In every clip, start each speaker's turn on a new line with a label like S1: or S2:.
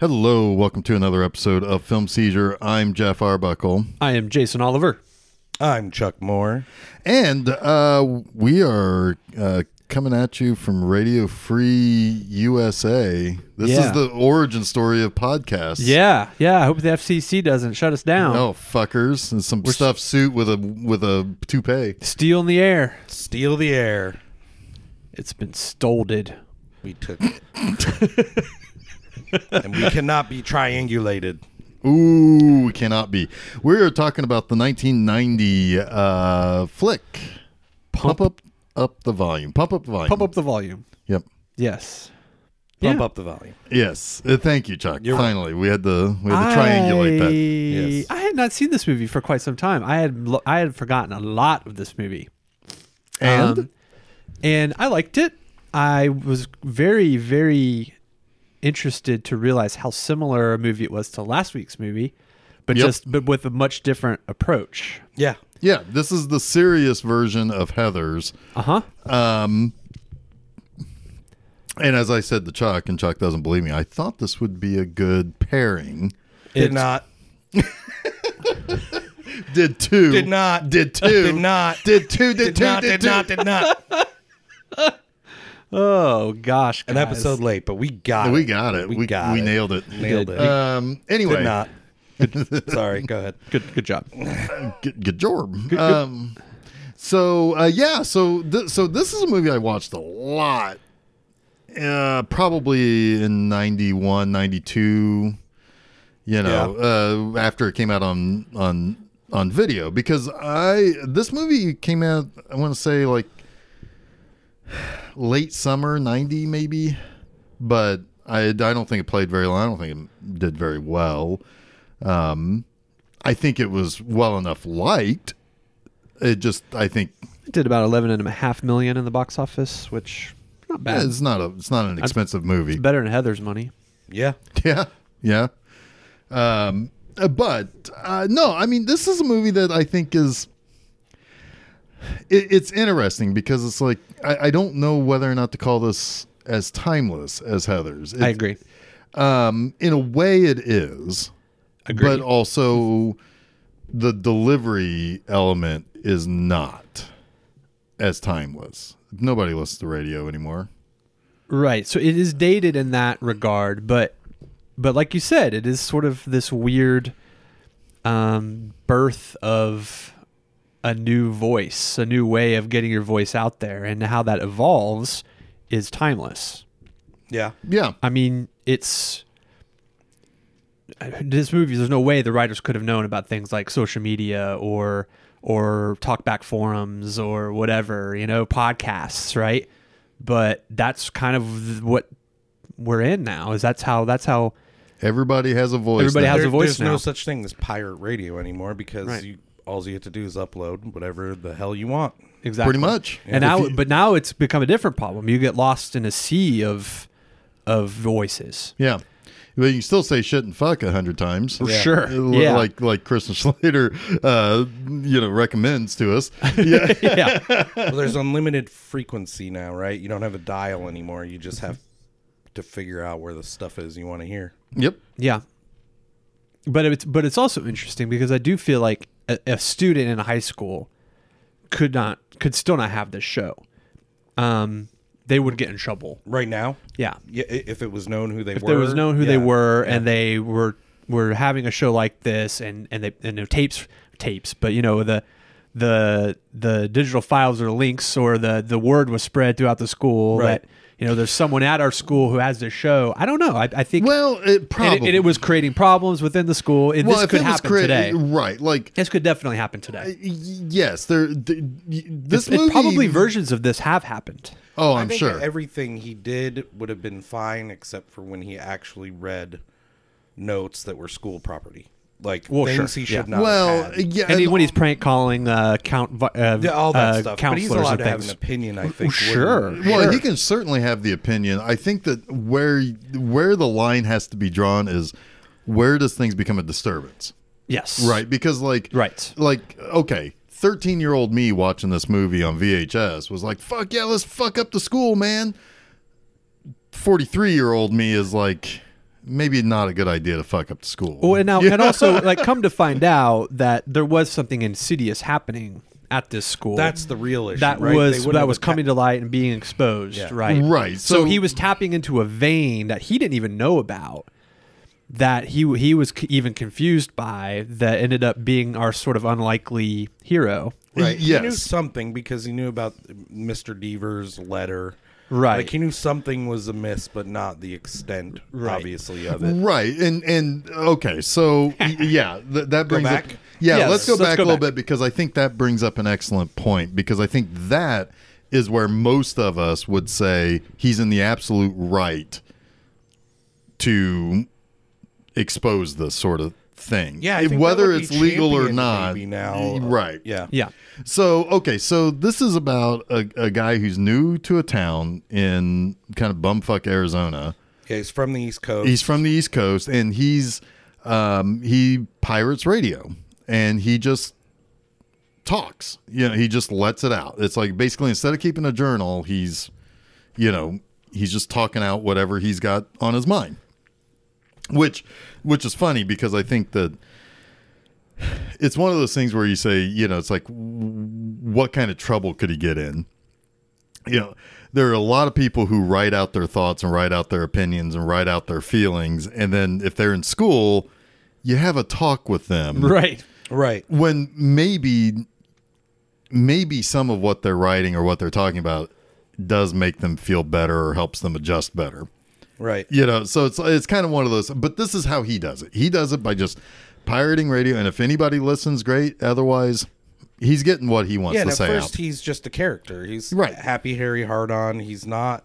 S1: Hello, welcome to another episode of Film Seizure. I'm Jeff Arbuckle,
S2: I am Jason Oliver.
S3: I'm Chuck Moore.
S1: and uh, we are uh, coming at you from Radio Free USA. This
S2: Yeah.
S1: is the origin story of podcasts.
S2: Yeah, yeah. I hope the FCC doesn't shut us down.
S1: Oh fuckers, and some stuffed suit with a with a toupee.
S2: Steal in the air.
S3: Steal the air.
S2: It's been stolded.
S3: We took it. and we cannot be triangulated.
S1: Ooh, we cannot be. We are talking about the 1990 uh, flick. Pump, up up the volume. Pump up the volume.
S2: Pump up the volume.
S1: Yep.
S2: Yes.
S3: Pump
S2: Yeah.
S3: up the volume.
S1: Yes. Uh, thank you, Chuck.
S3: You're
S1: Finally, we had to we had to triangulate
S2: I,
S1: that.
S3: Yes.
S2: I had not seen this movie for quite some time. I had lo- I had forgotten a lot of this movie.
S1: And
S2: Um, and I liked it. I was very, very interested to realize how similar a movie it was to last week's movie, but
S1: Yep.
S2: just but with a much different approach.
S3: Yeah.
S1: yeah, this is the serious version of Heather's.
S2: Uh huh.
S1: Um, and as I said to Chuck, and Chuck doesn't believe me, I thought this would be a good pairing.
S2: It's-
S3: Did not.
S1: Did two?
S3: Did not.
S1: Did two?
S3: Did not.
S1: Did two? Did,
S3: Did
S1: two?
S3: not.
S1: did,
S3: Did
S1: two.
S3: not. Did not.
S2: Oh gosh,
S3: An
S2: guys.
S3: episode late, but we got it.
S1: We got it. We,
S3: We got
S1: we
S3: it.
S1: nailed it.
S3: Nailed it.
S1: Um, anyway,
S3: Did not. Sorry. Go ahead.
S2: Good, good job.
S1: Good, good job. Um, so uh, yeah, so th- so this is a movie I watched a lot, uh, probably in 91, 92, You know, uh, after it came out on on on video because I this movie came out I want to say like late summer ninety maybe, but I I don't think it played very long. I don't think it did very well. Um, I think it was well enough liked. It just, I think
S2: Did about eleven and a half million in the box office, which not bad.
S1: eh, it's not a, it's not an expensive movie.
S2: Better than Heather's money.
S3: Yeah.
S1: Yeah, yeah. Um, uh, but uh, no, I mean, this is a movie that I think is. It, it's interesting because it's like I, I don't know whether or not to call this as timeless as Heather's.
S2: I
S1: It-
S2: agree.
S1: Um, in a way, it is,
S2: Agreed.
S1: but also the delivery element is not as timeless. Nobody listens to radio anymore.
S2: Right. So it is dated in that regard, but but like you said, it is sort of this weird um, birth of a new voice, a new way of getting your voice out there, and how that evolves is timeless.
S3: Yeah.
S1: Yeah,
S2: I mean, it's uh, this movie. There's no way the writers could have known about things like social media or or talkback forums or whatever, you know, podcasts, right? But that's kind of what we're in now. Is that's how that's how
S1: everybody has a voice.
S2: Everybody
S1: now.
S2: has a voice
S3: There's
S2: now.
S3: no such thing as pirate radio anymore because
S2: Right.
S3: you, all you have to do is upload whatever the hell you want.
S2: exactly
S1: Pretty much.
S2: And
S1: If
S2: now,
S1: you-
S2: but now it's become a different problem. You get lost in a sea of of voices.
S1: Yeah. But you can still say shit and fuck a hundred times.
S2: For Yeah. sure.
S1: L-
S2: Yeah.
S1: Like like Kristen Slater uh you know recommends to us. Yeah.
S2: yeah,
S3: well, there's unlimited frequency now, right? You don't have a dial anymore. You just have to figure out where the stuff is you want to hear.
S1: yep.
S2: Yeah. But it's but it's also interesting because I do feel like a, a student in high school could not could still not have this show. Um, they would get in trouble.
S3: Right now,
S2: Yeah,
S3: yeah, i- if it was known who they
S2: if
S3: were,
S2: there was known who they
S3: yeah.
S2: were and they were were having a show like this and and they and their tapes tapes, but you know the the the digital files or links or the the word was spread throughout the school
S3: Right.
S2: that you know there's someone at our school who has this show. I don't know. I, I think
S1: Well, it
S2: and
S1: probably
S2: it, and it was creating problems within the school. It,
S1: well,
S2: this
S1: if
S2: could
S1: it was
S2: happen
S1: crea-
S2: today.
S1: Right. Like
S2: This could definitely happen today.
S1: y- yes, there th- y- this
S2: It-
S1: movie
S2: probably versions of this have happened.
S1: Oh,
S3: I
S1: I'm
S3: think
S1: sure.
S3: everything he did would have been fine except for when he actually read notes that were school property, like
S2: Well,
S3: things
S2: sure,
S3: he
S2: yeah.
S3: should not.
S1: well,
S3: have had.
S1: yeah,
S2: and he- when he's prank calling uh, count vi- uh,
S3: Yeah, all that
S2: uh,
S3: stuff. But
S2: counselors
S3: he's allowed
S2: and
S3: to have
S2: things.
S3: an opinion. I think.
S2: sure.
S3: wouldn't
S1: well,
S2: sure.
S1: he can certainly have the opinion. I think that where where the line has to be drawn is where does things become a disturbance?
S2: yes,
S1: Right, because like
S2: Right.
S1: like okay, 13-year-old me watching this movie on VHS was like, "Fuck yeah, let's fuck up the school, man." 43-year-old me is like, maybe not a good idea to fuck up the school.
S2: Well, and now, and also, like, come to find out that there was something insidious happening at this school.
S3: That's the real issue.
S2: that
S3: right? They
S2: was
S3: wouldn't
S2: that
S3: have
S2: was
S3: atta-
S2: coming to light and being exposed,
S3: Yeah.
S2: right?
S1: Right,
S2: So,
S1: so-
S2: he was tapping into a vein that he didn't even know about. That he he was c- even confused by that ended up being our sort of unlikely hero.
S1: right?
S3: He knew
S1: Yes.
S3: something because he knew about Mr. Deaver's letter.
S2: Right.
S3: Like he knew something was amiss, but not the extent, obviously, of it.
S1: Right. And and okay, so y- yeah, th- that brings
S3: back?
S1: up Yeah,
S2: Yes,
S1: let's go
S2: let's
S1: back
S2: go
S1: a little
S2: back.
S1: bit because I think that brings up an excellent point because I think that is where most of us would say he's in the absolute right to expose this sort of thing.
S3: Yeah. I
S1: If-
S3: think that
S1: whether
S3: would be
S1: it's legal or
S3: championed
S1: not.
S3: maybe now. uh,
S1: Right.
S3: Yeah.
S2: Yeah,
S1: So okay, so this is about a, a guy who's new to a town in kind of bumfuck Arizona.
S3: Yeah, he's from the East Coast.
S1: He's from the East Coast, and he's um, he pirates radio, and he just talks. You know, he just lets it out. It's like basically instead of keeping a journal, he's you know he's just talking out whatever he's got on his mind, which which is funny because I think that. It's one of those things where you say, you know, it's like, what kind of trouble could he get in? you know there are a lot of people who write out their thoughts and write out their opinions and write out their feelings and then if they're in school you have a talk with them
S2: right.
S3: right.
S1: when maybe maybe some of what they're writing or what they're talking about does make them feel better or helps them adjust better
S3: Right.
S1: you know so it's it's kind of one of those but this is how he does it he does it by just pirating radio and if anybody listens great otherwise he's getting what he wants
S3: Yeah, and
S1: to
S3: at
S1: say
S3: first
S1: out.
S3: he's just a character. He's
S1: Right.
S3: happy Harry hard on. He's not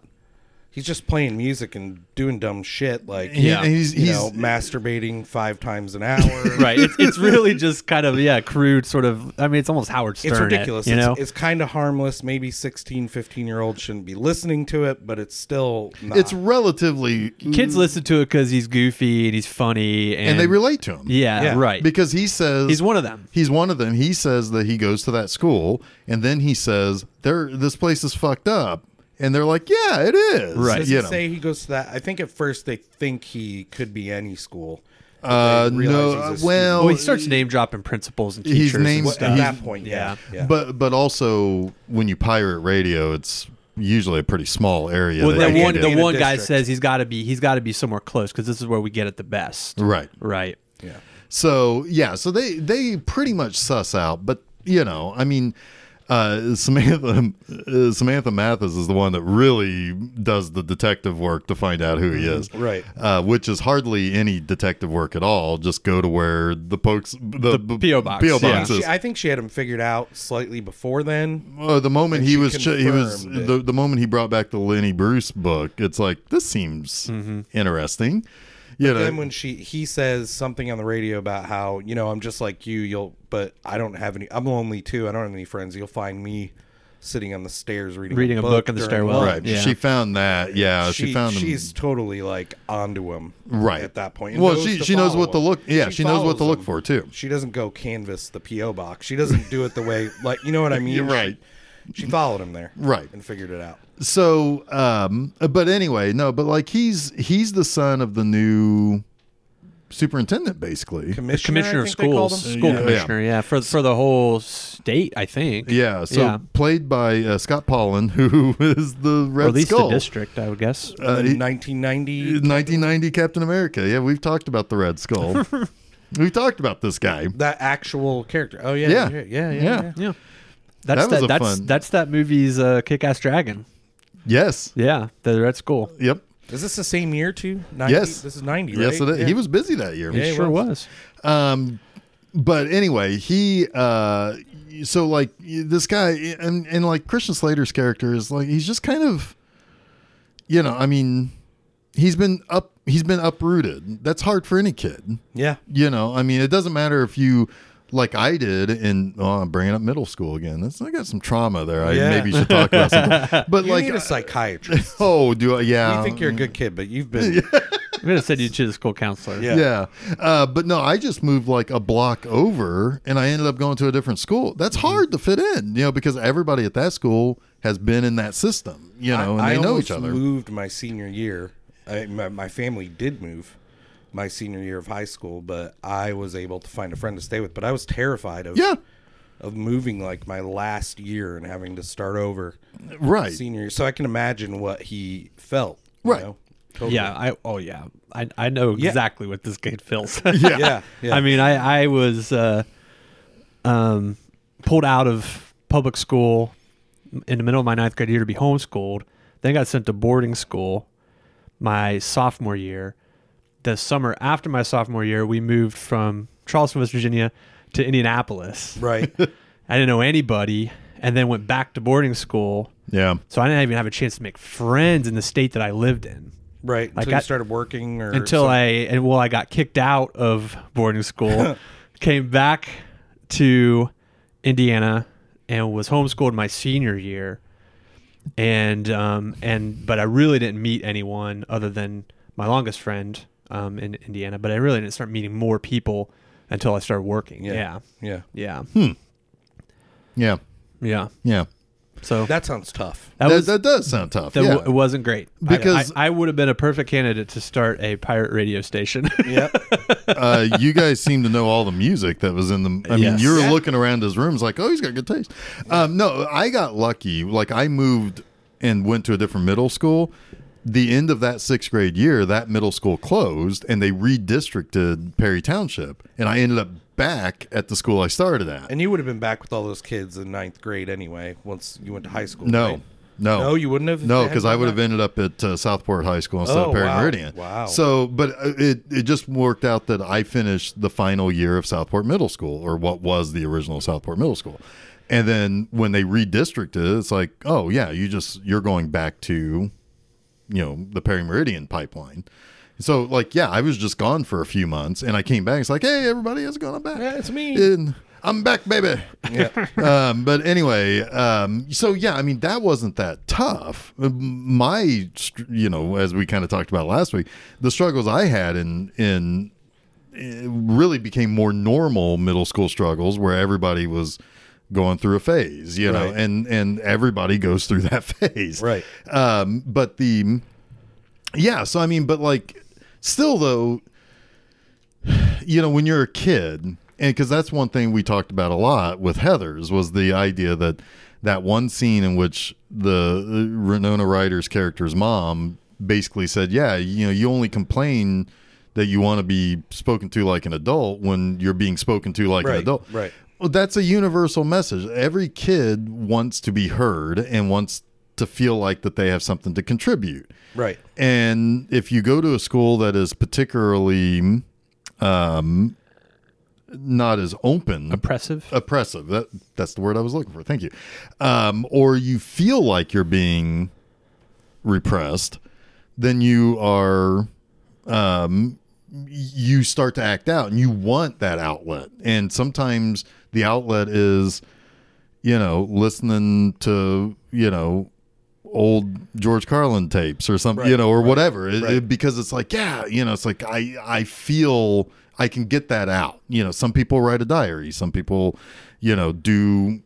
S3: he's just playing music and doing dumb shit like
S1: He-
S2: Yeah.
S1: he's,
S3: you
S1: he's-
S3: know, masturbating five times an hour.
S2: Right, it's, it's really just kind of yeah, crude sort of. I mean, it's almost Howard Stern.
S3: It's
S2: it,
S3: ridiculous.
S2: you know,
S3: It's, it's kind of harmless. Maybe 16, 15 year olds shouldn't be listening to it, but it's still not.
S2: uh,
S1: it's relatively
S2: kids
S3: mm.
S2: listen to it because he's goofy and he's funny, and,
S1: and they relate to him.
S2: Yeah,
S3: Yeah.
S2: right.
S1: Because he says
S2: he's one of them.
S1: He's one of them. He says that he goes to that school, and then he says, "There, this place is fucked up," and they're like, "Yeah, it is."
S2: Right.
S3: Does
S1: You
S3: it
S1: know.
S3: say he goes to that? I think at first they think he could be any school. but
S1: Uh,
S3: they realize
S1: no,
S3: he's a
S1: uh,
S3: student.
S1: well,
S2: Well, he starts name dropping principals and
S1: He's
S2: teachers
S1: named-
S2: and
S3: Well,
S2: stuff.
S3: at
S1: he's-
S3: that point, yeah, yeah.
S1: but but also when you pirate radio, it's usually a pretty small area.
S2: Well,
S1: that
S2: that
S1: you
S2: one,
S1: can
S2: the
S1: do.
S3: a
S2: one guy
S3: district.
S2: says he's got to be he's got to be somewhere close because this is where we get it the best.
S1: right.
S2: Right.
S3: yeah.
S1: So yeah, so they they pretty much suss out, but you know, I mean, uh, Samantha uh, Samantha Mathis is the one that really does the detective work to find out who he
S2: Mm-hmm.
S1: is,
S3: Right.
S1: Uh, which is hardly any detective work at all. Just go to where the pokes the, the
S2: P.O. box,
S1: PO
S2: yeah.
S1: box
S3: She-
S1: is.
S3: I think she had him figured out slightly before then.
S1: Uh, the moment
S3: And
S1: he
S3: she
S1: was ch- he was
S3: confirmed it.
S1: the, the moment he brought back the Lenny Bruce book, it's like this seems interesting. You know,
S3: Mm-hmm. Then when she he says something on the radio about how you know I'm just like you, you'll but I don't have any. I'm lonely too. I don't have any friends. You'll find me sitting on the stairs reading
S2: Reading a book in the
S3: during
S2: stairwell.
S3: lunch.
S1: right,
S2: yeah.
S1: she found that. Yeah, she,
S3: She-
S1: found him.
S3: she's totally like onto him
S1: Right.
S3: at that point.
S1: Well,
S3: knows
S1: she-
S3: to
S1: she knows
S3: follow
S1: what to
S3: him.
S1: look- yeah, she knows what to
S3: follows
S1: look
S3: him.
S1: for, too.
S3: She doesn't go canvas the PO box. She doesn't do it the way like you know what I mean.
S1: You're right.
S3: She, she followed him there.
S1: Right.
S3: and figured it out.
S1: so um but anyway no but like he's he's the son of the new superintendent basically
S3: Commissioner,
S2: Commissioner
S3: I
S2: of
S3: think they called
S2: schools,
S3: him.
S2: school
S1: Yeah.
S2: commissioner, yeah. for for the whole state, I think.
S1: yeah so
S2: Yeah.
S1: played by uh, scott pollan who is the red
S2: or at least
S1: skull
S2: the district, I would guess.
S1: Uh, he-
S3: 1990.
S1: 1990 captain america yeah we've talked about the red skull we've talked about this guy
S3: That actual character. Oh yeah,
S1: Yeah.
S3: yeah, yeah, yeah.
S1: Yeah.
S3: yeah.
S2: yeah. That's
S1: That was
S2: that.
S1: a
S2: that's
S1: fun-
S2: that's that movie's uh, kick-ass dragon.
S1: yes
S2: Yeah, the Red Skull.
S1: yep
S3: Is this the same year too? 90?
S1: Yes.
S3: this is 90. Right?
S1: yes it is.
S3: Yeah.
S1: he was busy that year
S3: Yeah,
S2: It
S3: he
S2: sure
S3: was.
S2: was.
S1: um but anyway he uh so like this guy and and like christian slater's character is like he's just kind of you know i mean he's been up he's been uprooted that's hard for any kid
S3: Yeah,
S1: you know i mean it doesn't matter if you like i did in oh i'm bringing up middle school again that's i got some trauma there i
S3: Yeah.
S1: maybe should talk about something but
S3: you
S1: like uh, Um,
S3: need a psychiatrist.
S1: oh do i yeah
S3: you think you're a good kid, but you've been
S2: I'm gonna send you to the school counselor.
S3: Yeah.
S1: yeah. Uh, but no, I just moved like a block over and I ended up going to a different school. That's
S3: Mm-hmm.
S1: hard to fit in, you know, because everybody at that school has been in that system, you know, and they know each
S3: almost
S1: other.
S3: Moved my senior year. I, my, my family did move, my senior year of high school, but I was able to find a friend to stay with. But I was terrified of
S1: Yeah.
S3: of moving like my last year and having to start over
S1: Right.
S3: senior year. So I can imagine what he felt. you
S1: Right.
S3: know? Totally.
S2: Yeah, I oh yeah, I I know
S3: Yeah.
S2: exactly what this kid feels.
S1: Yeah.
S3: Yeah. yeah.
S2: I mean, I I was uh, um, pulled out of public school in the middle of my ninth grade year to be homeschooled. Then got sent to boarding school my sophomore year. The summer after my sophomore year, we moved from Charleston, West Virginia, to Indianapolis.
S3: right.
S2: I didn't know anybody, and then went back to boarding school.
S1: Yeah.
S2: So I didn't even have a chance to make friends in the state that I lived in
S3: Right. Until
S2: Like, I-
S3: you started working or
S2: until
S3: some-
S2: I and well, I got kicked out of boarding school, came back to Indiana, and was homeschooled my senior year, and um and but I really didn't meet anyone other than my longest friend um in Indiana, but I really didn't start meeting more people until I started working. Yeah,
S3: Yeah.
S2: yeah,
S1: Hmm. Yeah.
S2: yeah.
S1: Yeah.
S2: So that,
S3: That sounds tough.
S1: That,
S2: was.
S1: that does sound tough.
S2: that
S1: yeah.
S2: w- it wasn't great I-
S1: Because-
S2: I, I would have been a perfect candidate to start a pirate radio station.
S3: Yep.
S1: uh, you guys seem to know all the music that was in the. I mean,
S2: Yes.
S1: you were
S3: Yeah.
S1: looking around his rooms like, oh, he's got good taste. Um, no, I got lucky. Like, I moved and went to a different middle school. The end of that sixth grade year, that middle school closed and they redistricted Perry Township. And I ended up back at the school I started at.
S3: and you would have been back with all those kids in ninth grade anyway, once you went to high school.
S1: no,
S3: right?
S1: no.
S3: No, you wouldn't have?
S1: No,
S3: Had
S1: because I
S3: done
S1: would have
S3: that?
S1: ended up at uh, Southport High School instead
S3: Oh,
S1: of Perry
S3: wow.
S1: Meridian.
S3: Wow.
S1: So, but uh, it it just worked out that I finished the final year of Southport Middle School, or what was the original Southport Middle School, and then when they redistricted, it's like, oh yeah, you just you're going back to, you know, the Perry Meridian pipeline. So like yeah, I was just gone for a few months, and I came back. It's like, hey, everybody, how's it going? I'm back.
S3: Yeah, it's me.
S1: And I'm back, baby
S3: Yeah.
S1: um, but anyway, um, so yeah, I mean that wasn't that tough. Um, My, str- you know, as we kind of talked about last week, the struggles I had in in it really became more normal middle school struggles where everybody was going through a phase, you know,
S3: Right.
S1: and and everybody goes through that phase,
S3: Right.
S1: Um, but the yeah, so I mean, but like, still though, you know, when you're a kid, and because that's one thing we talked about a lot with Heather's was the idea that that one scene in which the uh, Renona Ryder's character's mom basically said, "Yeah, you know, you only complain that you want to be spoken to like an adult when you're being spoken to like an
S3: Right,
S1: adult."
S3: right.
S1: Well, that's a universal message. Every kid wants to be heard and wants to feel like that they have something to contribute.
S3: Right.
S1: And if you go to a school that is particularly um, not as open,
S2: Impressive.
S1: oppressive, that, that's the word I was looking for. Thank you. Um, or you feel like you're being repressed, then you are, um, you start to act out and you want that outlet. And sometimes the outlet is, you know, listening to, you know, old George Carlin tapes or something, you
S3: Right,
S1: know, or whatever. It-
S3: right.
S1: it- because it's like, yeah, you know, it's like I I feel I can get that out. You know, some people write a diary, some people, you know, do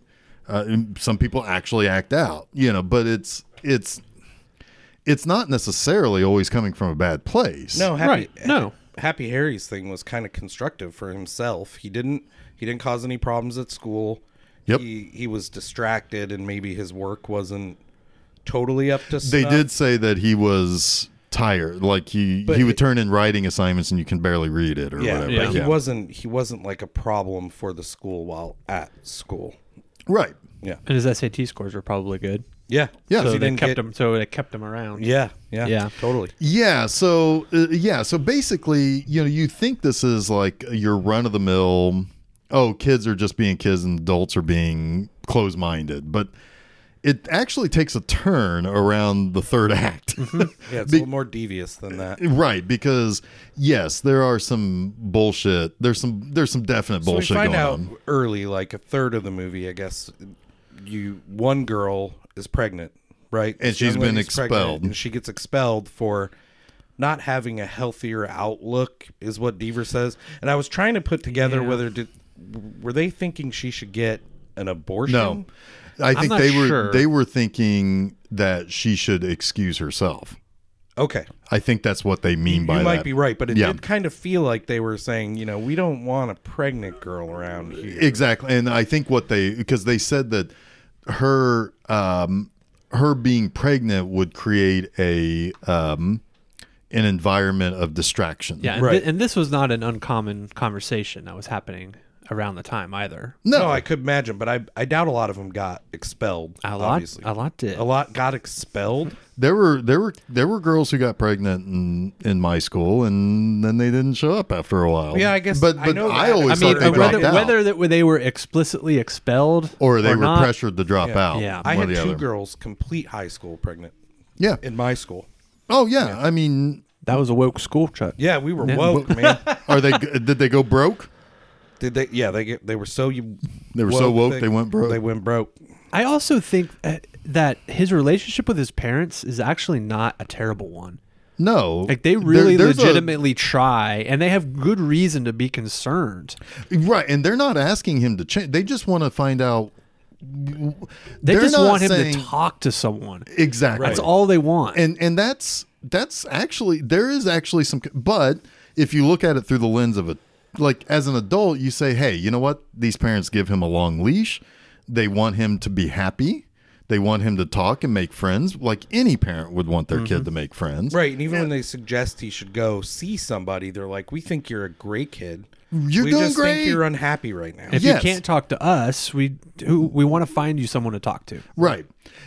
S1: uh, some people actually act out, you know, but it's it's it's not necessarily always coming from a bad place.
S3: No, happy,
S2: Right, no.
S3: Happy Harry's thing was kind of constructive for himself. He didn't he didn't cause any problems at school.
S1: Yep.
S3: He he was distracted and maybe his work wasn't totally up to
S1: They
S3: snuff.
S1: did say that he was tired, like he
S3: But
S1: he would
S3: it-
S1: turn in writing assignments and you can barely read it or
S3: Yeah,
S1: whatever.
S2: Yeah.
S3: but he wasn't he wasn't like a problem for the school while at school.
S1: right.
S3: Yeah.
S2: And his SAT scores were probably good.
S3: Yeah.
S1: Yeah.
S2: so
S1: So
S2: they
S3: didn't
S2: kept
S3: get-
S2: him. So they kept him around.
S3: Yeah. Yeah.
S2: Yeah.
S3: Totally.
S1: Yeah. So uh, yeah. So basically, you know, you think this is like your run of the mill. Oh, kids are just being kids, and adults are being closed minded. But it actually takes a turn around the third act.
S3: Yeah, it's
S1: Be-
S3: a little more devious than that.
S1: Right, because yes, there are some bullshit. There's some there's some definite
S3: So we
S1: bullshit
S3: find
S1: going
S3: out
S1: on.
S3: early, like a third of the movie, I guess. You one girl is pregnant, right? This
S1: she's
S3: young
S1: been
S3: lady's pregnant,
S1: expelled.
S3: and she gets expelled for not having a healthier outlook, is what Deaver says. And I was trying to put together
S2: Yeah.
S3: whether did were they thinking she should get an abortion?
S1: No. I think
S2: not
S1: they were
S2: sure.
S1: they were thinking that she should excuse herself.
S3: Okay.
S1: I think that's what they mean by
S3: you might
S1: that.
S3: be right, but it
S1: Yeah.
S3: did kind of feel like they were saying, you know, we don't want a pregnant girl around here.
S1: Exactly, and I think what they because they said that her um, her being pregnant would create a um, an environment of distraction.
S2: Yeah, and, thi-
S3: Right.
S2: and this was not an uncommon conversation that was happening around the time either.
S1: No,
S3: No, I could imagine, but I, I doubt a lot of them got expelled.
S2: A lot,
S3: obviously.
S2: a lot did.
S3: A lot got expelled.
S1: there were there were there were girls who got pregnant in, in my school, and then they didn't show up after a while.
S3: Yeah, I guess
S1: But
S3: I
S1: but I,
S3: know that.
S2: I
S1: always
S2: mean,
S1: thought they
S2: uh, whether,
S1: dropped out,
S2: whether that they were explicitly expelled
S1: or they were
S2: not,
S1: pressured to drop
S3: Yeah.
S1: out.
S2: Yeah.
S3: I
S1: one
S3: had
S1: or the
S3: two
S1: other.
S3: girls complete high school pregnant
S1: Yeah.
S3: in my school.
S1: Oh yeah. I mean,
S2: That was a woke school trip.
S3: Yeah, we were woke, man.
S1: are they? did they go broke?
S3: Did they? Yeah, they get, they were so you.
S1: They were so woke, they went broke.
S3: They went broke.
S2: I also think uh, that his relationship with his parents is actually not a terrible one.
S1: No.
S2: Like they
S1: There-
S2: really
S1: there's a-
S2: legitimately try, and they have good reason to be concerned.
S1: Right, and they're not asking him to change. They just want to find out.
S2: They
S1: They're
S2: just
S1: not
S2: want him
S1: saying-
S2: to talk to someone.
S1: Exactly.
S2: That's all they want.
S1: And and that's that's actually there is actually some. But if you look at it through the lens of a like as an adult, you say, hey, you know what? These parents give him a long leash. They want him to be happy. They want him to talk and make friends, like any parent would want their
S2: Mm-hmm.
S1: kid to make friends.
S3: Right, and even when they suggest he should go see somebody, they're like, "We think you're a great kid.
S1: You're
S3: we
S1: doing
S3: just
S1: great."
S3: Think you're unhappy right now."
S2: if
S1: yes.
S2: you can't talk to us, we who, we want to find you someone to talk to.
S1: right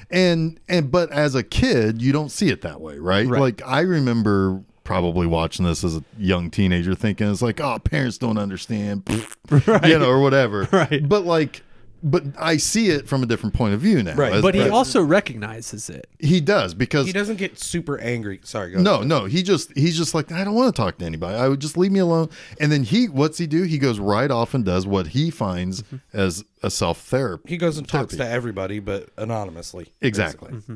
S1: and and but as a kid you don't see it that way right, like i remember probably watching this as a young teenager thinking it's like oh parents don't understand you know or whatever
S2: Right.
S1: but like but i see it from a different point of view now
S3: Right.
S1: As-
S2: But he
S1: as-
S2: also recognizes it.
S1: he does because
S3: he doesn't get super angry. Sorry, go
S1: no no he just he's just like i don't want to talk to anybody i would just leave me alone and then he what's he do he goes right off and does what he finds as a self therapy
S3: He goes and talks to everybody, but anonymously.
S1: Exactly.
S2: Mm-hmm.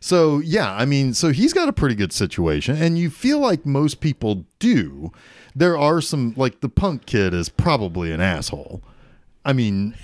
S1: So yeah, I mean, so he's got a pretty good situation, and you feel like most people do. There are some like the punk kid is probably an asshole. I mean,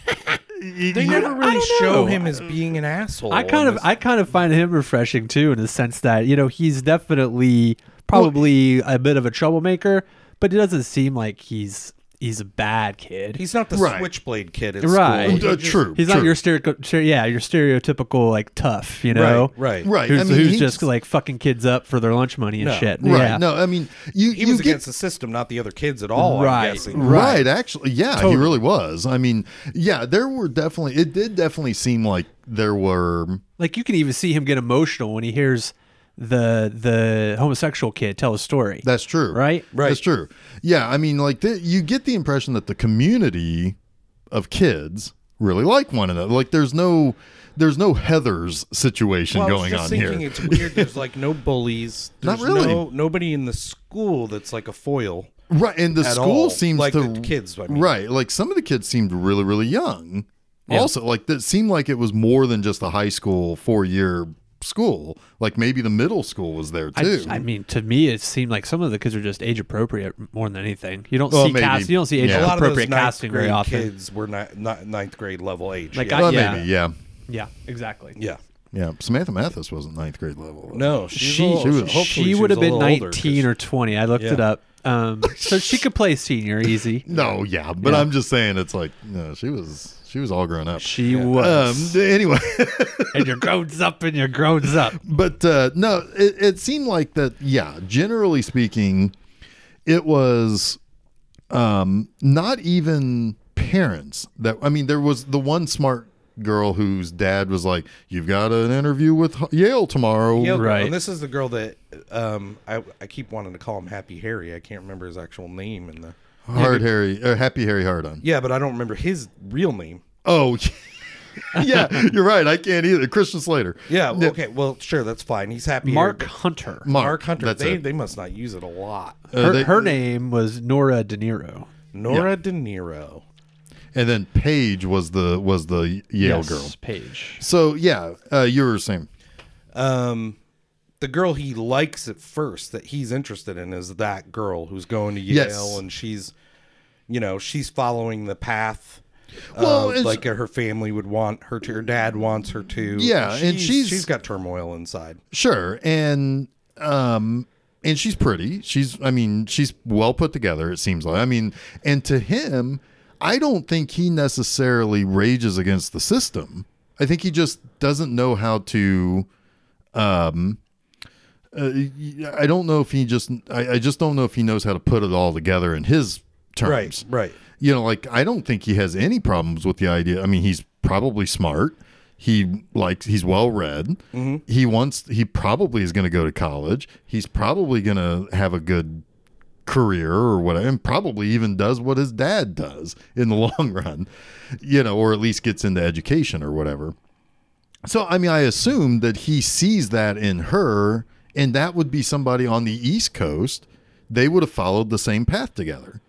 S3: They never really
S2: don't know.
S3: show him as being an asshole.
S2: I kind
S3: in
S2: of
S3: this-
S2: I kind of find him refreshing too, in the sense that you know he's definitely probably a bit of a troublemaker, but it doesn't seem like he's he's a bad kid.
S3: he's not the
S1: Right.
S3: switchblade kid at
S2: Right.
S1: uh,
S3: school. He just-
S1: true.
S2: he's
S1: true.
S2: not your stereotypical, yeah, your stereotypical like tough, you
S3: Right,
S2: know,
S3: right,
S1: right.
S2: Who's,
S1: I mean,
S2: who's
S1: he-
S2: just like fucking kids up for their lunch money and
S3: No.
S2: shit.
S1: right.
S2: Yeah.
S1: No, I mean, you
S3: He
S1: you
S3: was
S1: get
S3: against the system, not the other kids at all.
S2: Right.
S3: I'm guessing.
S1: Right. actually, yeah, he really was. I mean, yeah, there were definitely. It did definitely seem like there were.
S2: Like you can even see him get emotional when he hears the the homosexual kid tell a story.
S1: That's true.
S2: Right?
S3: Right.
S1: That's true. Yeah. I mean, like, the, you get the impression that the community of kids really like one another. Like, there's no. There's no Heather's situation
S3: Well,
S1: going
S3: I was
S1: on
S3: just thinking
S1: here.
S3: It's weird. There's like no bullies.
S1: Not
S3: There's
S1: really.
S3: No, nobody in the school that's like a foil.
S1: Right, and the
S3: at
S1: school
S3: all,
S1: seems
S3: like
S1: to
S3: the kids, I mean.
S1: Right, like some of the kids seemed really, really young. Also, like that seemed like it was more than just a high school four year school. Like maybe the middle school was there
S2: I,
S1: too.
S2: I mean, to me, it seemed like some of the kids are just age appropriate more than anything. You don't
S1: Well,
S2: see
S1: maybe.
S2: cast, you don't see age
S1: Yeah.
S3: A lot of those
S2: appropriate
S3: ninth
S2: casting very
S3: grade
S2: often.
S3: kids were not, not ninth grade level age.
S2: Like,
S3: yeah.
S2: I-
S1: well,
S2: yeah.
S1: maybe, yeah,
S2: Yeah, exactly.
S3: yeah.
S1: yeah. Samantha Mathis wasn't ninth grade level.
S3: No, she's
S2: She
S3: a little-
S2: she,
S1: was-
S3: hopefully she
S2: would have
S3: was a
S2: been
S3: little older, 'cause-
S2: nineteen or twenty. I looked it
S3: Yeah.
S2: up, um, so she could play senior easy.
S1: No, yeah, but
S2: Yeah.
S1: I'm just saying it's like no, she was she was all grown up.
S2: She
S1: Um,
S2: was,
S1: anyway,
S2: and you're grown up, and you're grown up.
S1: but uh, no, it, it seemed like that. Yeah, generally speaking, it was um, not even parents that. I mean, there was the one smart girl whose dad was like, "You've got an interview with H- Yale tomorrow."
S3: Yale girl.
S2: Right.
S3: And this is the girl that um, I, I keep wanting to call him Happy Harry. I can't remember his actual name in the.
S1: Hard Harry, uh, Happy Harry Hardon.
S3: Yeah, but I don't remember his real name.
S1: Oh, yeah, you're right. I can't either. Christian Slater.
S3: Yeah. well, Okay. Well, sure. That's fine. He's Happy.
S2: Mark
S3: Harry,
S2: Hunter.
S3: but
S1: Mark,
S3: Mark Hunter.
S1: That's
S3: They
S1: it.
S3: they must not use it a lot.
S1: Uh,
S2: her,
S1: they-
S2: her name was Nora De Niro.
S3: Nora De Niro.
S1: and then Paige was the was the Yale
S2: Yes,
S1: girl.
S2: Paige.
S1: So yeah, uh, you were saying
S3: um the girl he likes at first that he's interested in is that girl who's going to Yale
S1: Yes.
S3: and she's you know she's following the path
S1: Well,
S3: well,
S1: it's-
S3: like her family would want her to her dad wants her to
S1: Yeah, and she's-
S3: she's got turmoil inside
S1: sure, and um and she's pretty she's i mean she's well put together it seems like i mean and to him i don't think he necessarily rages against the system i think he just doesn't know how to um uh, i don't know if he just I, I just don't know if he knows how to put it all together in his terms
S3: Right, right.
S1: you know, like I don't think he has any problems with the idea. I mean, he's probably smart. He likes he's well read. He wants he probably is going to go to college. He's probably going to have a good career or whatever, and probably even does what his dad does in the long run, you know, or at least gets into education or whatever. So, I mean, I assume that he sees that in her, and that would be somebody on the East Coast. They would have followed the same path together,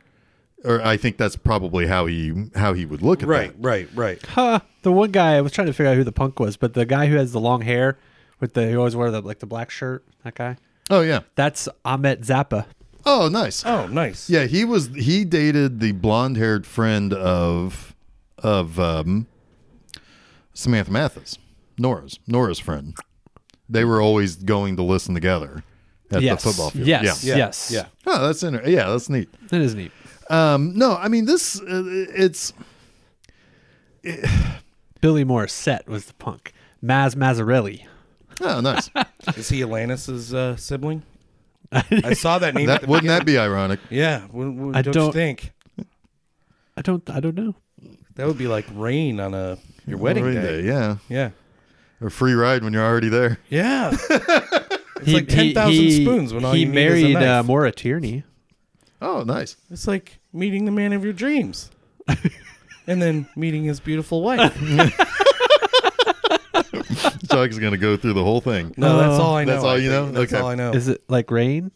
S1: or I think that's probably how he how he would look at
S3: Right,
S1: that.
S3: right, right.
S2: Huh. The one guy I was trying to figure out who the punk was, but the guy who has the long hair with the who always wear the like the black shirt, that guy.
S1: Oh yeah.
S2: That's Ahmet Zappa.
S1: Oh nice.
S3: Oh, nice.
S1: Yeah, he was he dated the blonde haired friend of of um, Samantha Mathis, Nora's Nora's friend. They were always going to listen together at
S2: yes.
S1: the football field.
S2: Yes.
S1: Yeah.
S3: Yeah,
S2: Yes.
S3: yeah.
S1: Oh, that's inter- yeah, that's neat.
S2: That is neat.
S1: Um, no, I mean this. Uh, it's
S2: Billy Morissette was the punk. Maz Mazzarelli.
S1: oh nice.
S3: Is he Alanis's uh, sibling? I saw that name.
S1: That
S3: at the
S1: wouldn't that be ironic?
S3: be- yeah. What, what,
S2: I
S3: don't, you
S2: don't-
S3: think
S2: I don't I don't know.
S3: that would be like rain on a your wedding
S1: Rain
S3: day?
S1: yeah,
S3: Yeah.
S1: or free ride when you're already there.
S3: Yeah. it's like 10,000 spoons when all
S2: he
S3: you
S2: married
S3: need is a
S2: uh,
S3: knife.
S2: Maura Tierney.
S1: Oh, nice.
S3: It's like meeting the man of your dreams. and then meeting his beautiful wife.
S1: Chuck's gonna go through the whole thing.
S3: No, that's
S2: Oh.
S3: all I know.
S1: That's all
S3: I
S1: you
S3: think.
S1: know?
S3: That's
S1: Okay.
S3: all I know.
S2: Is it like rain?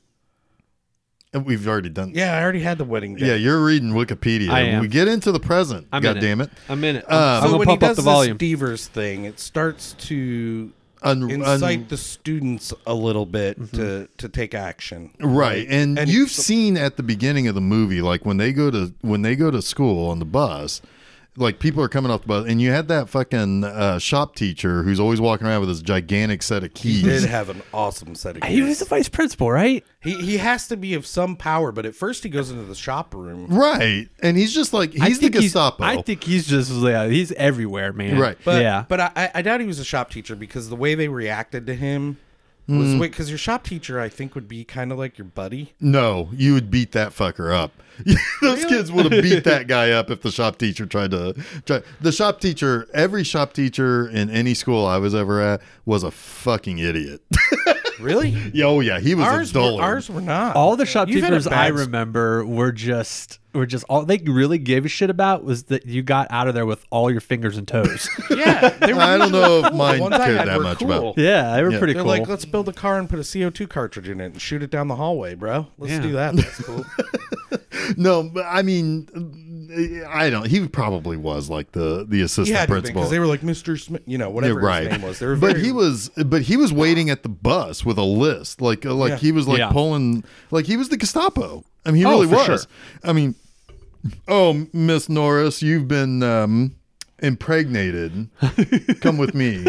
S1: And We've already done.
S3: yeah, I already had the wedding day.
S1: Yeah, you're reading Wikipedia.
S2: I am.
S1: We get into the present.
S2: I'm
S1: God
S2: in
S1: damn it.
S2: I'm in it.
S1: Uh,
S2: I'm, I'm
S3: so
S2: gonna
S3: when
S2: pump
S3: he does
S2: up the volume.
S3: this Devers thing, it starts to
S1: Un-
S3: incite
S1: un-
S3: the students a little bit
S2: Mm-hmm.
S3: to to take action.
S1: right. And,
S3: And
S1: you've
S3: so-
S1: seen at the beginning of the movie, like when they go to when they go to school on the bus, like people are coming off the bus, and you had that fucking uh, shop teacher who's always walking around with this gigantic set of keys.
S3: Did have an awesome set of
S2: he
S3: keys.
S2: was the vice principal, right?
S3: He he has to be of some power, but at first he goes into the shop room.
S1: Right. And he's just like
S2: I
S1: he's the
S2: think
S1: Gestapo.
S2: I think he's just yeah, he's everywhere, man.
S1: Right.
S3: But
S2: yeah.
S3: but I, I doubt he was a shop teacher because the way they reacted to him was wait because your shop teacher I think would be kind of like your buddy.
S1: no, you would beat that fucker up. Those kids would have beat that guy up if the shop teacher tried to try the shop teacher, every shop teacher in any school I was ever at was a fucking idiot.
S3: Really?
S1: Yeah, Oh yeah, he was
S3: ours
S1: a dullard.
S3: were, ours were not.
S2: all the shop
S3: You've had a
S2: teachers I
S3: bad s-
S2: remember were just were just all they really gave a shit about was that you got out of there with all your fingers and toes.
S3: Yeah, they were
S1: I don't know if
S3: cool. The
S1: mine
S3: ones I
S1: cared
S3: had
S1: that
S3: were
S1: much
S3: cool.
S1: about-
S2: yeah, they were pretty
S3: They're
S2: cool.
S3: like, let's build a car and put a CO2 cartridge in it and shoot it down the hallway, bro. Let's
S2: Yeah.
S3: do that. That's cool.
S1: No, but I mean, I don't. He probably was like the the assistant
S3: yeah,
S1: principal.
S3: because they were like Mr. Smith, you know,
S1: Yeah,
S3: whatever
S1: right.
S3: his name was. They were
S1: but
S3: very-
S1: he was, but he was waiting at the bus with a list, like uh, like
S3: Yeah.
S1: he was like
S2: Yeah.
S1: pulling, like he was the Gestapo. I mean, he
S2: Oh,
S1: really
S2: for
S1: was.
S2: sure.
S1: I mean, oh Miss Norris, you've been um, impregnated. Come with me.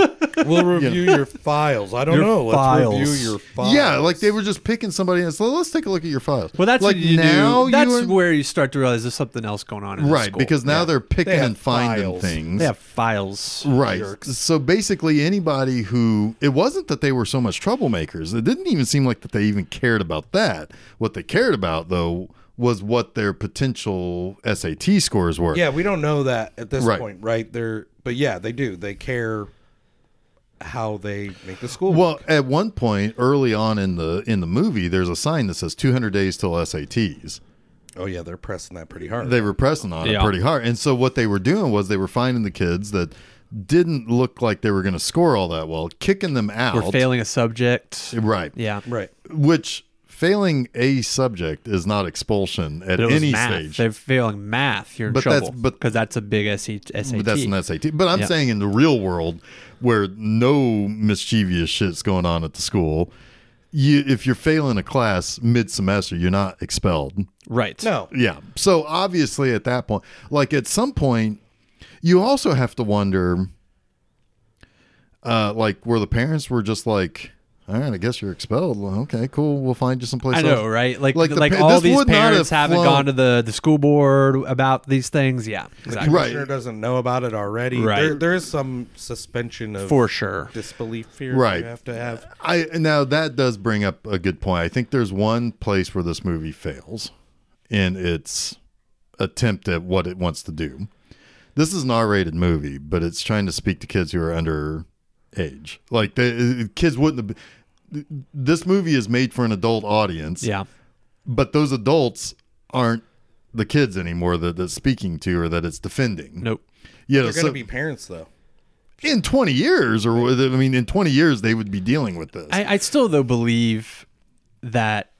S3: We'll review your files. I don't
S2: Your
S3: know. Let's
S2: files.
S3: review your files.
S1: Yeah, like they were just picking somebody and so let's take a look at your files.
S2: well, that's
S1: like
S2: what you
S1: now
S2: do. That's
S1: you are-
S2: where you start to realize there's something else going on. In this
S1: right
S2: school.
S1: because now they're picking
S3: They have
S1: and finding
S3: files.
S1: things
S2: they have files.
S1: right
S3: jerks.
S1: so basically anybody who it wasn't that they were so much troublemakers it didn't even seem like that they even cared about that what they cared about though was what their potential sat scores were
S3: Yeah, we don't know that at this
S1: Right.
S3: point, right? They're but yeah, they do. They care how they make the school.
S1: well at one point early on in the in the movie there's a sign that says 200 days till sats
S3: oh yeah, they're pressing that pretty hard.
S1: they were pressing on it
S2: Yeah.
S1: pretty hard. And so what they were doing was they were finding the kids that didn't look like they were going to score all that well, kicking them out.
S2: We're failing a subject.
S1: Right.
S2: Yeah.
S3: right.
S1: Which failing a subject is not expulsion at
S2: It was
S1: any
S2: math.
S1: stage.
S2: They're failing math. You're in
S1: But that's-
S2: trouble.
S1: but-
S2: because that's a big SAT.
S1: but that's an SAT. But I'm
S2: Yeah.
S1: saying in the real world where no mischievous shit's going on at the school, you if you're failing a class mid semester, you're not expelled.
S2: right.
S3: No.
S1: Yeah. So obviously at that point, like at some point, you also have to wonder, uh, like where the parents were just like, all right, I guess you're expelled. Well, okay, cool. We'll find you someplace.
S2: I know,
S1: else.
S2: right? Like,
S1: Like
S2: like,
S1: the pa-
S2: all
S1: this
S2: these
S1: would not
S2: parents
S1: have
S2: haven't
S1: flown.
S2: gone to the, the school board about these things. Yeah, exactly.
S1: Right.
S3: Commissioner doesn't know about it already.
S2: Right.
S3: There, there is some suspension of
S2: For sure.
S3: disbelief here.
S1: Right.
S3: You have to have.
S1: I now that does bring up a good point. I think there's one place where this movie fails in its attempt at what it wants to do. This is an R-rated movie, but it's trying to speak to kids who are under age. Like the kids wouldn't have. been- This movie is made for an adult audience.
S2: Yeah.
S1: but those adults aren't the kids anymore that it's speaking to or that it's defending.
S2: Nope.
S1: Yeah,
S3: They're going to
S1: so
S3: be parents though.
S1: in 20 years or with- I mean in 20 years they would be dealing with this.
S2: I, I still though believe that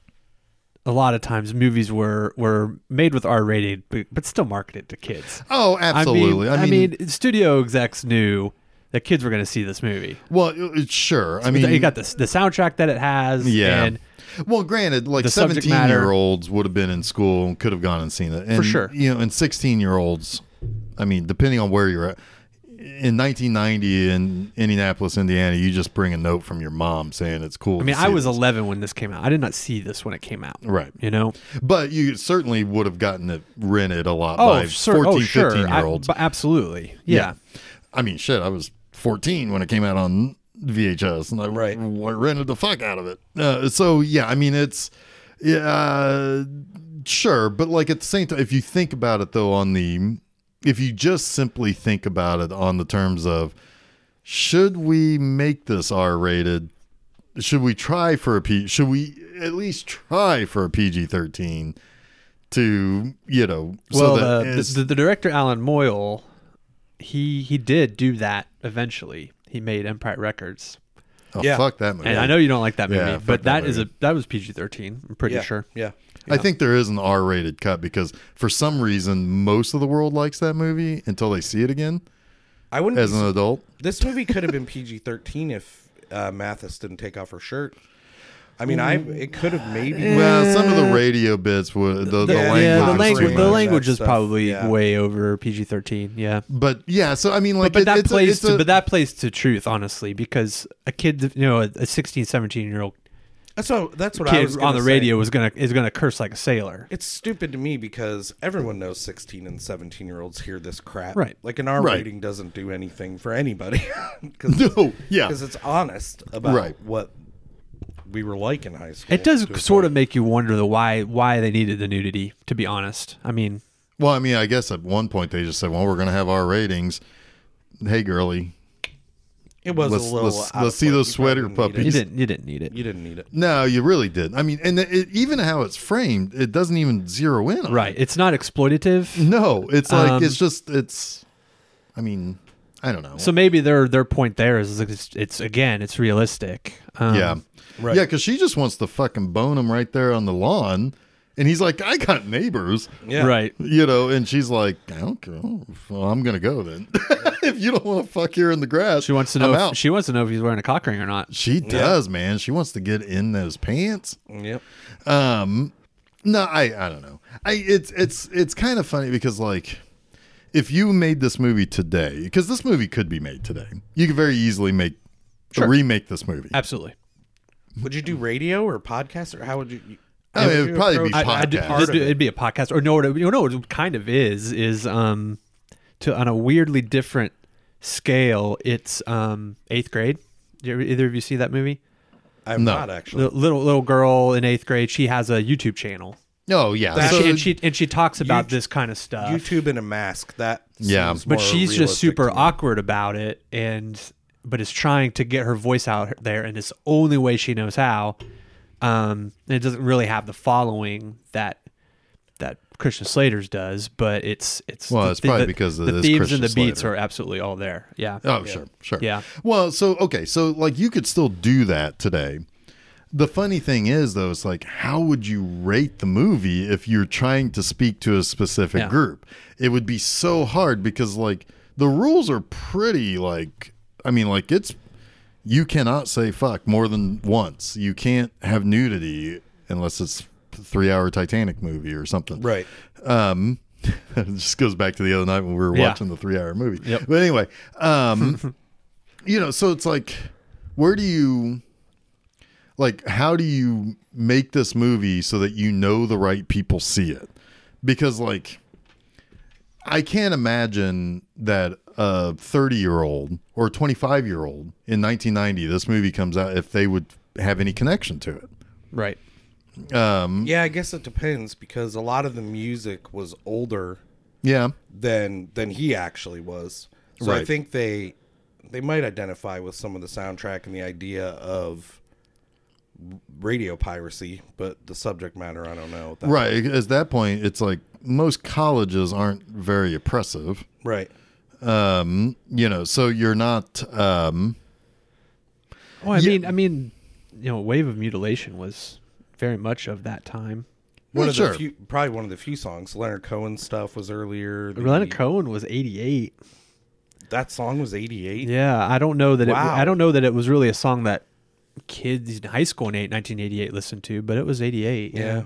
S2: a lot of times movies were were made with R rated, but, but still marketed to kids.
S1: oh, absolutely.
S2: I mean, I mean, studio execs knew that kids were going to see this movie.
S1: well, it- it- sure. I mean,
S2: you got the the soundtrack that it has.
S1: yeah.
S2: and
S1: well, granted, like
S2: the subject
S1: 17
S2: matter-
S1: year olds would have been in school and could have gone and seen it. And,
S2: sure.
S1: You know, and 16 year olds, I mean, depending on where you're at, in 1990 in Indianapolis, Indiana, you just bring a note from your mom saying it's cool.
S2: I mean, I was 11 when this came out. I did not see this when it came out.
S1: Right.
S2: You know.
S1: But you certainly would have gotten it rented a lot by
S2: sure.
S1: 14,
S2: oh, sure.
S1: 15
S2: I-
S1: year olds.
S2: but absolutely. Yeah.
S1: I mean, shit, I was 14 when it came out on VHS and I
S3: Right.
S1: w- rented the fuck out of it. Uh, so, yeah, I mean, it's, yeah, uh, sure. But like at the same time, if you think about it though, on the, if you just simply think about it on the terms of, should we make this R rated? Should we try for a P? Should we at least try for a PG 13 to, you know,
S2: Well,
S1: so that
S2: the,
S1: it's-
S2: the, the director Alan Moyle, he he did do that eventually. He made Empire Records,
S1: oh,
S3: Yeah.
S1: fuck that movie.
S2: and I know you don't like that movie,
S1: Yeah, fuck
S2: but
S1: that
S2: that is
S1: movie.
S2: a that was PG thirteen. I'm pretty
S3: yeah.
S2: sure.
S3: Yeah.
S1: I think there is an R-rated cut because for some reason most of the world likes that movie until they see it again
S3: I wouldn't.
S1: as
S3: be
S1: an adult.
S3: This movie could have been PG thirteen if uh, Mathis didn't take off her shirt. I mean, I it could have maybe.
S1: Well, some of the radio bits would the, the,
S2: yeah,
S1: language,
S2: the
S1: was
S3: language-
S2: language,
S1: too
S2: the
S1: much.
S2: language is
S3: Stuff,
S2: probably
S3: yeah.
S2: way over PG thirteen. Yeah,
S1: But yeah, so I mean, like,
S2: but
S1: it-
S2: that
S1: it's a-
S2: plays
S1: it's
S2: to
S1: a-
S2: but that plays to truth honestly because a kid, you know, a, a 16, 17 year old
S3: That's what. That's what I was
S2: kid
S3: gonna
S2: on the
S3: say.
S2: radio is gonna is gonna curse like a sailor.
S3: It's stupid to me because everyone knows 16 and 17 year olds hear this crap.
S2: Right.
S3: Like an R
S1: Right.
S3: rating doesn't do anything for anybody. Cause,
S1: No, yeah.
S3: Because it's honest about
S1: Right.
S3: what we were like in high school.
S2: It does
S3: to a
S2: sort
S3: point.
S2: of make you wonder the why why they needed the nudity. To be honest, I mean,
S1: well, I mean, I guess at one point they just said, "Well, we're gonna have our ratings." Hey, girlie,
S3: It was
S1: let's
S3: a little.
S1: let's,
S3: out
S1: let's
S3: of
S1: see
S3: place.
S1: those
S3: You
S1: sweater
S3: probably didn't
S1: puppies.
S2: you didn't you didn't need it.
S3: need it. You didn't need it.
S1: No, you really did. I mean, and it, even how it's framed, it doesn't even zero in on. it.
S2: Right. It's not exploitative.
S1: No, it's like
S2: Um,
S1: it's just it's. I mean, I don't know.
S2: So maybe their their point there is like it's, it's again it's realistic. Um,
S1: Yeah.
S3: Right.
S1: Yeah, because she just wants to fucking bone him right there on the lawn. And he's like, I got neighbors,
S3: Yeah.
S2: Right.
S1: you know, and she's like, I don't care. Well, I'm going to go then. if you don't want to fuck here in the grass,
S2: She wants to
S1: I'm
S2: know.
S1: out.
S2: If, she wants to know if he's wearing a cock ring or not.
S1: She does, man. She wants to get in those pants.
S3: Yep.
S1: Um, no, I I don't know. I it's it's it's kind of funny because like if you made this movie today, because this movie could be made today, you could very easily make remake this movie.
S2: Absolutely.
S3: Would you do radio or podcast or how would you?
S1: I mean,
S3: would
S1: it'd
S3: you
S1: probably be
S3: approach
S1: podcast.
S3: that
S2: I, I do,
S3: part
S2: it'd,
S3: of
S2: do-
S3: it?
S2: it'd be a podcast, or no, what it- you know what it kind of is is um, to on a weirdly different scale. It's um eighth grade. You ever- Either of you see that movie?
S3: I'm
S1: No.
S3: not actually.
S2: The little little girl in eighth grade. She has a YouTube channel.
S1: Oh yeah,
S2: And
S3: So-
S2: she, and she and she talks about
S3: YouTube-
S2: this kind of stuff.
S3: YouTube in a mask. That
S1: Yeah.
S3: seems
S2: but
S3: more
S2: she's just
S3: realistic
S2: super
S3: to me.
S2: awkward about it and but is trying to get her voice out there in this only way she knows how um and it doesn't really have the following that that Christian Slater's does but it's it's
S1: Well,
S2: the,
S1: it's probably
S2: the-
S1: because it
S2: the
S1: is
S2: themes
S1: Christian
S2: and the beats
S1: Slater.
S2: are absolutely all there yeah
S1: Oh, sure, sure.
S2: Yeah.
S1: Well, so okay, so like you could still do that today. The funny thing is though, it's like how would you rate the movie if you're trying to speak to a specific
S2: Yeah.
S1: group? It would be so hard because like the rules are pretty like I mean like it's you cannot say fuck more than once. You can't have nudity unless it's a 3-hour Titanic movie or something.
S3: Right.
S1: Um, it just goes back to the other night when we were
S2: Yeah.
S1: watching the three hour movie.
S2: Yep.
S1: But anyway, um, you know, so it's like, where do you, like how do you make this movie so that you know the right people see it because like i can't imagine that a 30 year old or 25 year old in 1990 this movie comes out if they would have any connection to it
S2: Right.
S1: um
S3: Yeah, I guess it depends because a lot of the music was older
S1: yeah
S3: than than he actually was. So I
S1: Right.
S3: think they they might identify with some of the soundtrack and the idea of radio piracy, but the subject matter I don't know. That-
S1: right at that point it's like most colleges aren't very oppressive
S3: Right.
S1: um you know so you're not um
S2: Well, I
S1: Yeah.
S2: mean, I mean, you know, Wave of Mutilation was very much of that time.
S3: One
S1: Well,
S3: of
S1: sure.
S3: the few, probably one of the few songs. Leonard Cohen stuff was earlier. The-
S2: Leonard Cohen was 88.
S3: That song was eighty eight.
S2: Yeah, I don't know that it,
S3: Wow.
S2: I don't know that it was really a song that kids in high school in 1988 listened to, but it was 88. Yeah.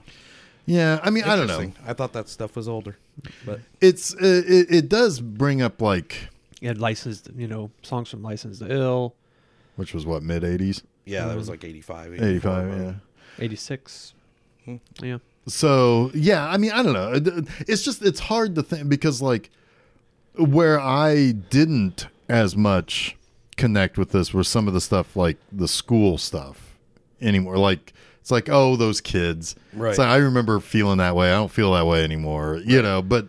S1: yeah i mean i don't know
S3: Interesting. I thought that stuff was older, but
S1: it's it, it, it does bring up like
S2: It had licensed, you know, songs from Licensed to Ill,
S1: which was what mid 80s
S3: yeah, that was like 85, 84,
S1: 85
S3: but-
S1: Mm. yeah
S2: 86. Yeah.
S1: so yeah i mean i don't know it's just it's hard to think because like where i didn't as much connect with this was some of the stuff like the school stuff anymore like it's like oh those kids
S3: Right.
S1: it's like, i remember feeling that way i don't feel that way anymore you know but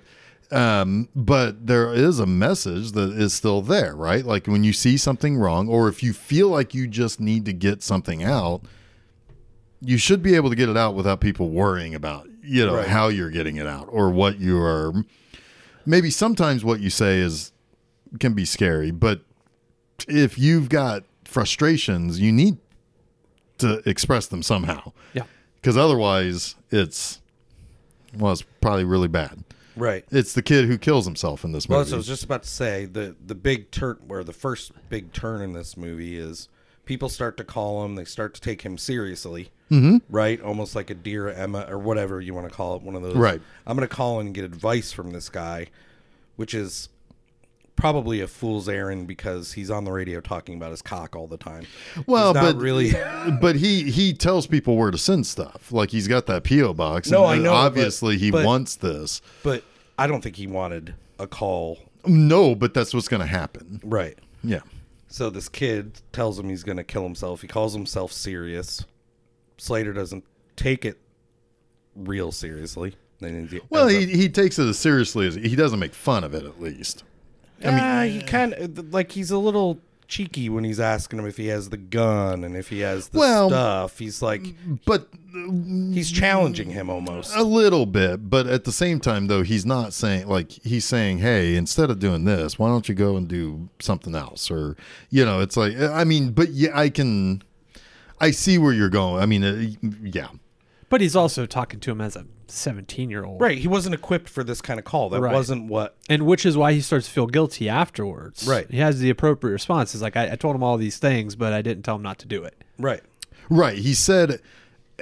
S1: um but there is a message that is still there right like when you see something wrong or if you feel like you just need to get something out you should be able to get it out without people worrying about you know
S3: Right.
S1: how you're getting it out or what you are maybe sometimes what you say is can be scary but if you've got frustrations you need to express them somehow
S2: Yeah.
S1: because otherwise it's well it's probably really bad
S3: Right.
S1: it's the kid who kills himself in this
S3: Well,
S1: movie
S3: that's what I was just about to say the the big turn where the first big turn in this movie is people start to call him, they start to take him seriously, mm-hmm. right? Almost like a dear Emma or whatever you want to call it, one of those.
S1: Right.
S3: I'm going to call and get advice from this guy, which is probably a fool's errand because he's on the radio talking about his cock all the time.
S1: Well,
S3: He's not
S1: but-
S3: really.
S1: but he he tells people where to send stuff like he's got that po box
S3: No,
S1: and
S3: I know, but-
S1: obviously he
S3: but-
S1: wants this
S3: But I don't think he wanted a call,
S1: no but that's what's going to happen
S3: right?
S1: yeah
S3: So this kid tells him he's going to kill himself. He calls himself serious. Slater doesn't take it real seriously. Then he
S1: Well,
S3: ends
S1: he, he takes it as seriously as he doesn't make fun of it at least.
S3: up- Ah, he kind of like he's a little cheeky when he's asking him if he has the gun and if he has the
S1: Well-
S3: stuff. He's like
S1: But
S3: he's challenging him almost.
S1: a little bit, but at the same time though, he's not saying like he's saying, "Hey, instead of doing this, why don't you go and do something else?" or you know, it's like I mean, but yeah, I can I see where you're going. I mean, uh, yeah.
S2: But he's also talking to him as a 17 year old.
S3: Right, he wasn't equipped for this kind of call. That
S2: Right.
S3: wasn't what
S2: And which is why he starts to feel guilty afterwards.
S3: Right.
S2: He has the appropriate response. It's like, I, I told him all these things, but I didn't tell him not to do it.
S3: right.
S1: Right, he said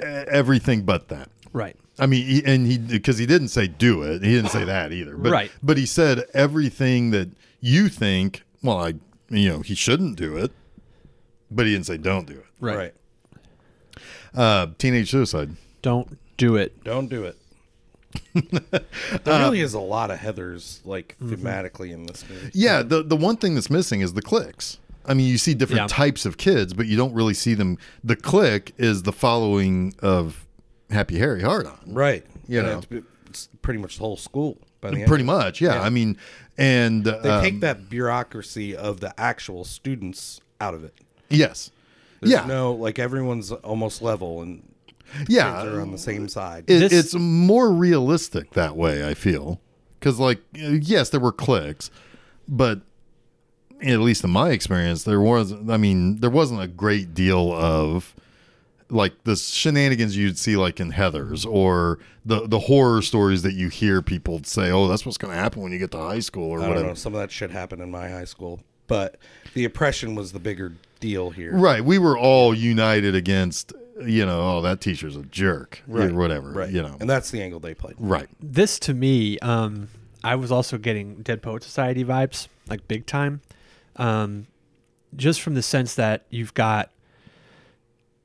S1: uh, everything but that.
S2: Right.
S1: I mean, he, and he because he didn't say do it. He didn't say that either. But,
S2: Right.
S1: But he said everything that you think. Well, I you know he shouldn't do it, but he didn't say don't do it.
S2: Right.
S3: right.
S1: Uh, teenage suicide.
S2: Don't do it.
S3: Don't do it. there really is a lot of Heather's like thematically in this movie.
S1: Yeah. The the one thing that's missing is the clicks. I mean, you see different
S2: Yeah.
S1: types of kids, but you don't really see them. The click is the following of Happy Harry Hard on.
S3: Right.
S1: You
S3: And
S1: know.
S3: it's- it's pretty much the whole school by the end.
S1: Pretty um, much, yeah. I mean, and
S3: They take that bureaucracy of the actual students out of it.
S1: yes,
S3: There's
S1: yeah,
S3: no like everyone's almost level and
S1: yeah.
S3: they're on the same side.
S1: it,
S2: This-
S1: Uh, it's more realistic that way i feel because like uh, yes there were clicks but at least in my experience there was i mean there wasn't a great deal of like the shenanigans you'd see like in heathers or the the horror stories that you hear people say oh that's what's going to happen when you get to high school or
S3: I don't know.
S1: whatever
S3: Some of that shit happened in my high school, but the oppression was the bigger deal here.
S1: right we were all united against you know oh that teacher's a jerk
S3: Right.
S1: or whatever
S3: Right.
S1: you know
S3: And that's the angle they played.
S1: right
S2: this to me, um, I was also getting Dead Poet Society vibes, like big time, um, just from the sense that you've got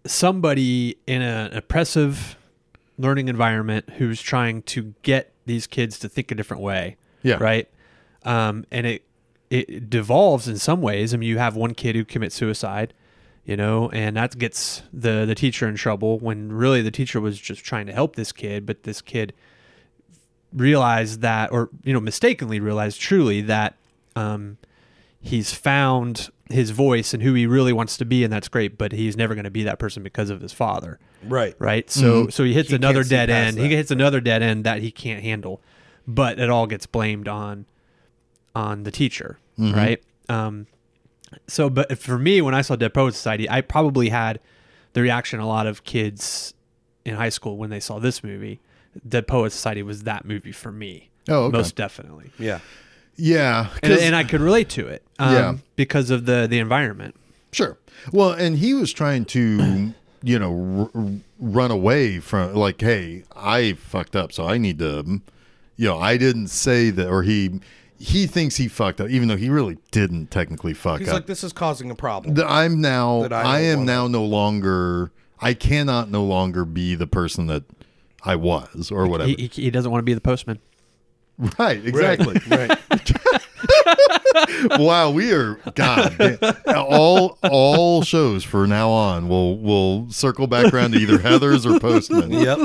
S2: somebody in an oppressive learning environment who's trying to get these kids to think a different way.
S1: Yeah.
S2: Right. Um, and it it devolves in some ways. I mean, you have one kid who commits suicide, you know, and that gets the the teacher in trouble when really the teacher was just trying to help this kid, but this kid realized that, or you know, mistakenly realized truly that um, he's found his voice and who he really wants to be, and that's great. But he's never going to be that person because of his father
S3: Right.
S2: right? So so he hits
S3: He
S2: another
S3: can't see
S2: dead
S3: past
S2: end.
S3: that,
S2: He hits another dead end that he can't handle, but it all gets blamed on on the teacher, right? Um, so, but for me, when I saw Dead Poets Society, I probably had the reaction a lot of kids in high school when they saw this movie. Dead Poets Society was that movie for me,
S1: Oh, okay.
S2: most definitely,
S3: Yeah.
S1: yeah,
S2: and,
S1: 'cause-
S2: and I could relate to it, um,
S1: Yeah.
S2: because of the the environment.
S1: Sure. Well, and he was trying to, you know, r- r- run away from like, hey, I fucked up, so I need to, mm, you know, I didn't say that, or he he thinks he fucked up, even though he really didn't technically fuck
S3: He's
S1: up.
S3: like, this is causing a problem.
S1: That I'm now,
S3: That I don't
S1: I, am
S3: want
S1: now no longer, I cannot no longer be the person that I was, or whatever.
S2: He, he, he doesn't want to be the postman.
S1: right? Exactly.
S3: right.
S1: wow, we are God. damn. all all shows for now on will will circle back around to either Heather's or Postman.
S3: yep.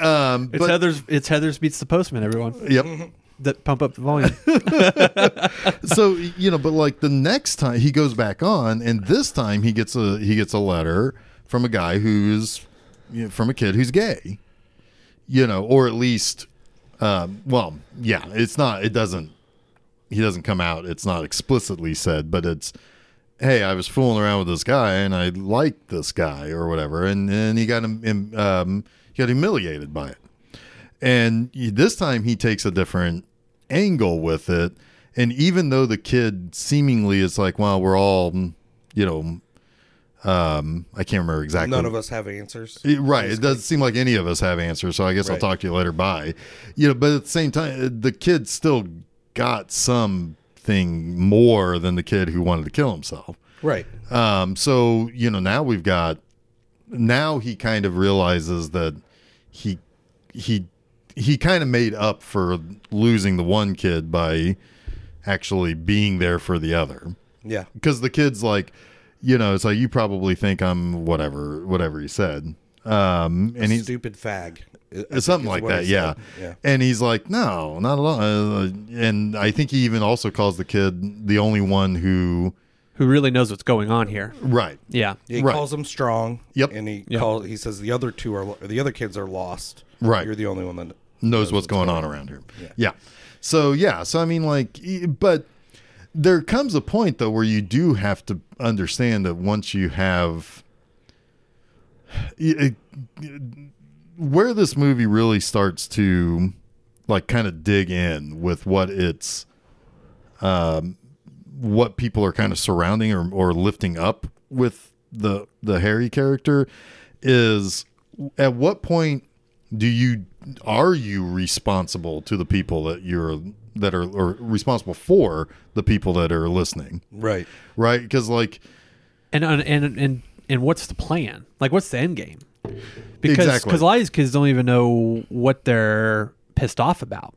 S1: Um,
S2: It's
S1: but,
S2: Heather's. It's Heather's beats the postman. Everyone.
S1: yep.
S2: that pump up the volume.
S1: So you know, but like the next time he goes back on, and this time he gets a he gets a letter from a guy who's you know, from a kid who's gay. You know, or at least, um, well, yeah, it's not. It doesn't. He doesn't come out. It's not explicitly said, but it's. Hey, I was fooling around with this guy, and I liked this guy, or whatever, and and he got him- him um, he got humiliated by it. and y- this time he takes a different angle with it and even though the kid seemingly is like well we're all mm, you know um i can't remember exactly
S3: None of us have answers.
S1: It- right it doesn't seem like any of us have answers so i guess i'll
S3: Right.
S1: talk to you later bye you know but at the same time uh, the kid still got something more than the kid who wanted to kill himself
S3: Right.
S1: um, so you know now we've got now he kind of realizes that he he he kind of made up for losing the one kid by actually being there for the other
S3: Yeah.
S1: because the kid's like you know it's like you probably think I'm whatever whatever he said um and he's
S3: Stupid fag. I- I think
S1: something
S3: is
S1: like
S3: what
S1: that
S3: he
S1: yeah.
S3: said. Yeah.
S1: and he's like no not at all Uh, and I think he even also calls the kid the only one who
S2: Who really knows what's going on here?
S1: right
S2: Yeah.
S3: He
S1: Right.
S3: calls him strong.
S1: Yep.
S3: And he
S2: Yep.
S3: call he says the other two are lo- the other kids are lost.
S1: Right.
S3: You're the only one that
S1: knows what's, going, on around here. Yeah. So yeah, so I mean like e- but there comes a point though where you do have to understand that once you have it- it- where this movie really starts to like kind of dig in with what it's um what people are kind of surrounding or, or lifting up with the the Harry character is at what point do you are you responsible to the people that you're that are or responsible for the people that are listening
S3: Right.
S1: right because like
S2: And and and and and what's the plan? Like, what's the end game? Because
S1: Exactly.
S2: because a lot of these kids don't even know what they're pissed off about,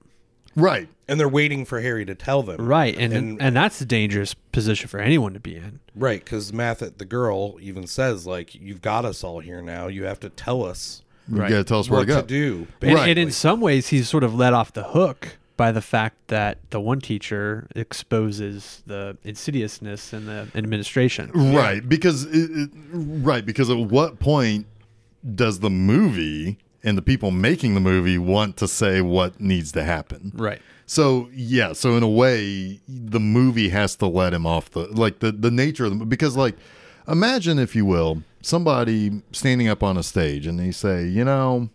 S1: right
S3: And they're waiting for Harry to tell them.
S2: right? And and,
S3: And-
S2: that's a dangerous position for anyone to be in.
S3: Right, because Mathet, the girl, even says like, "You've got us all here now. You have to tell us
S2: Right.
S1: you gotta tell us where
S3: what
S1: to go
S3: to do."
S2: And,
S1: Right.
S2: and in some ways, he's sort of let off the hook by the fact that the one teacher exposes the insidiousness in the administration.
S1: right because it, it- right because at what point does the movie and the people making the movie want to say what needs to happen
S2: Right.
S1: So yeah, so in a way, the movie has to let him off the like the the nature of the because like imagine if you will somebody standing up on a stage and they say you know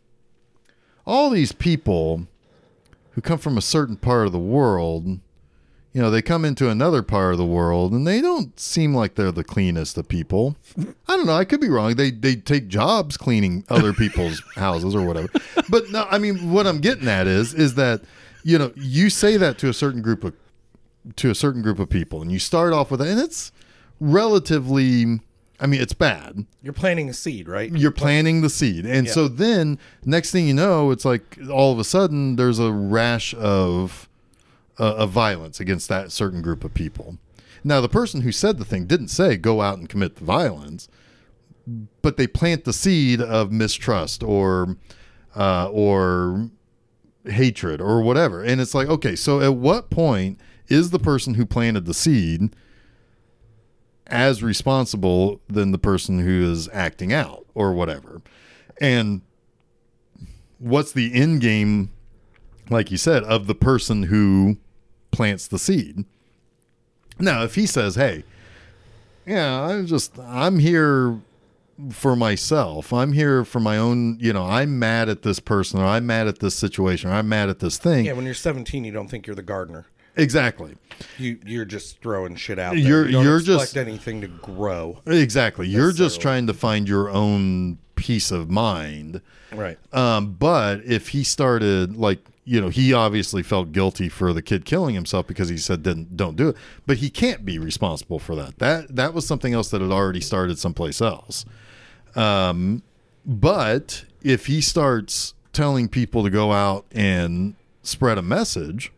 S1: all these people who come from a certain part of the world you know they come into another part of the world and they don't seem like they're the cleanest of people i don't know i could be wrong they they take jobs cleaning other people's houses or whatever but no i mean what i'm getting at is is that you know you say that to a certain group of to a certain group of people and you start off with and it's relatively I mean, it's bad.
S3: You're planting a seed, right?
S1: You're planting the seed. And
S3: Yeah.
S1: so then next thing you know, it's like all of a sudden there's a rash of uh, of violence against that certain group of people. Now, the person who said the thing didn't say go out and commit the violence, but they plant the seed of mistrust or uh, or hatred or whatever. And it's like, okay, so at what point is the person who planted the seed as responsible than the person who is acting out or whatever? And what's the end game, like you said, of the person who plants the seed? Now, if he says, hey, yeah, I'm just, I'm here for myself. I'm here for my own, you know, I'm mad at this person or I'm mad at this situation or I'm mad at this thing.
S3: Yeah, when you're 17, you don't think you're the gardener.
S1: Exactly.
S3: You you're just throwing shit out. There.
S1: You're-
S3: you are you are
S1: you're
S3: expect
S1: just-
S3: anything to grow,
S1: Exactly. You're just
S3: Necessarily.
S1: trying to find your own peace of mind.
S3: right?
S1: Um, but if he started like you know he obviously felt guilty for the kid killing himself because he said didn't don't do it but he can't be responsible for that that that was something else that had already started someplace else um, but if he starts telling people to go out and spread a message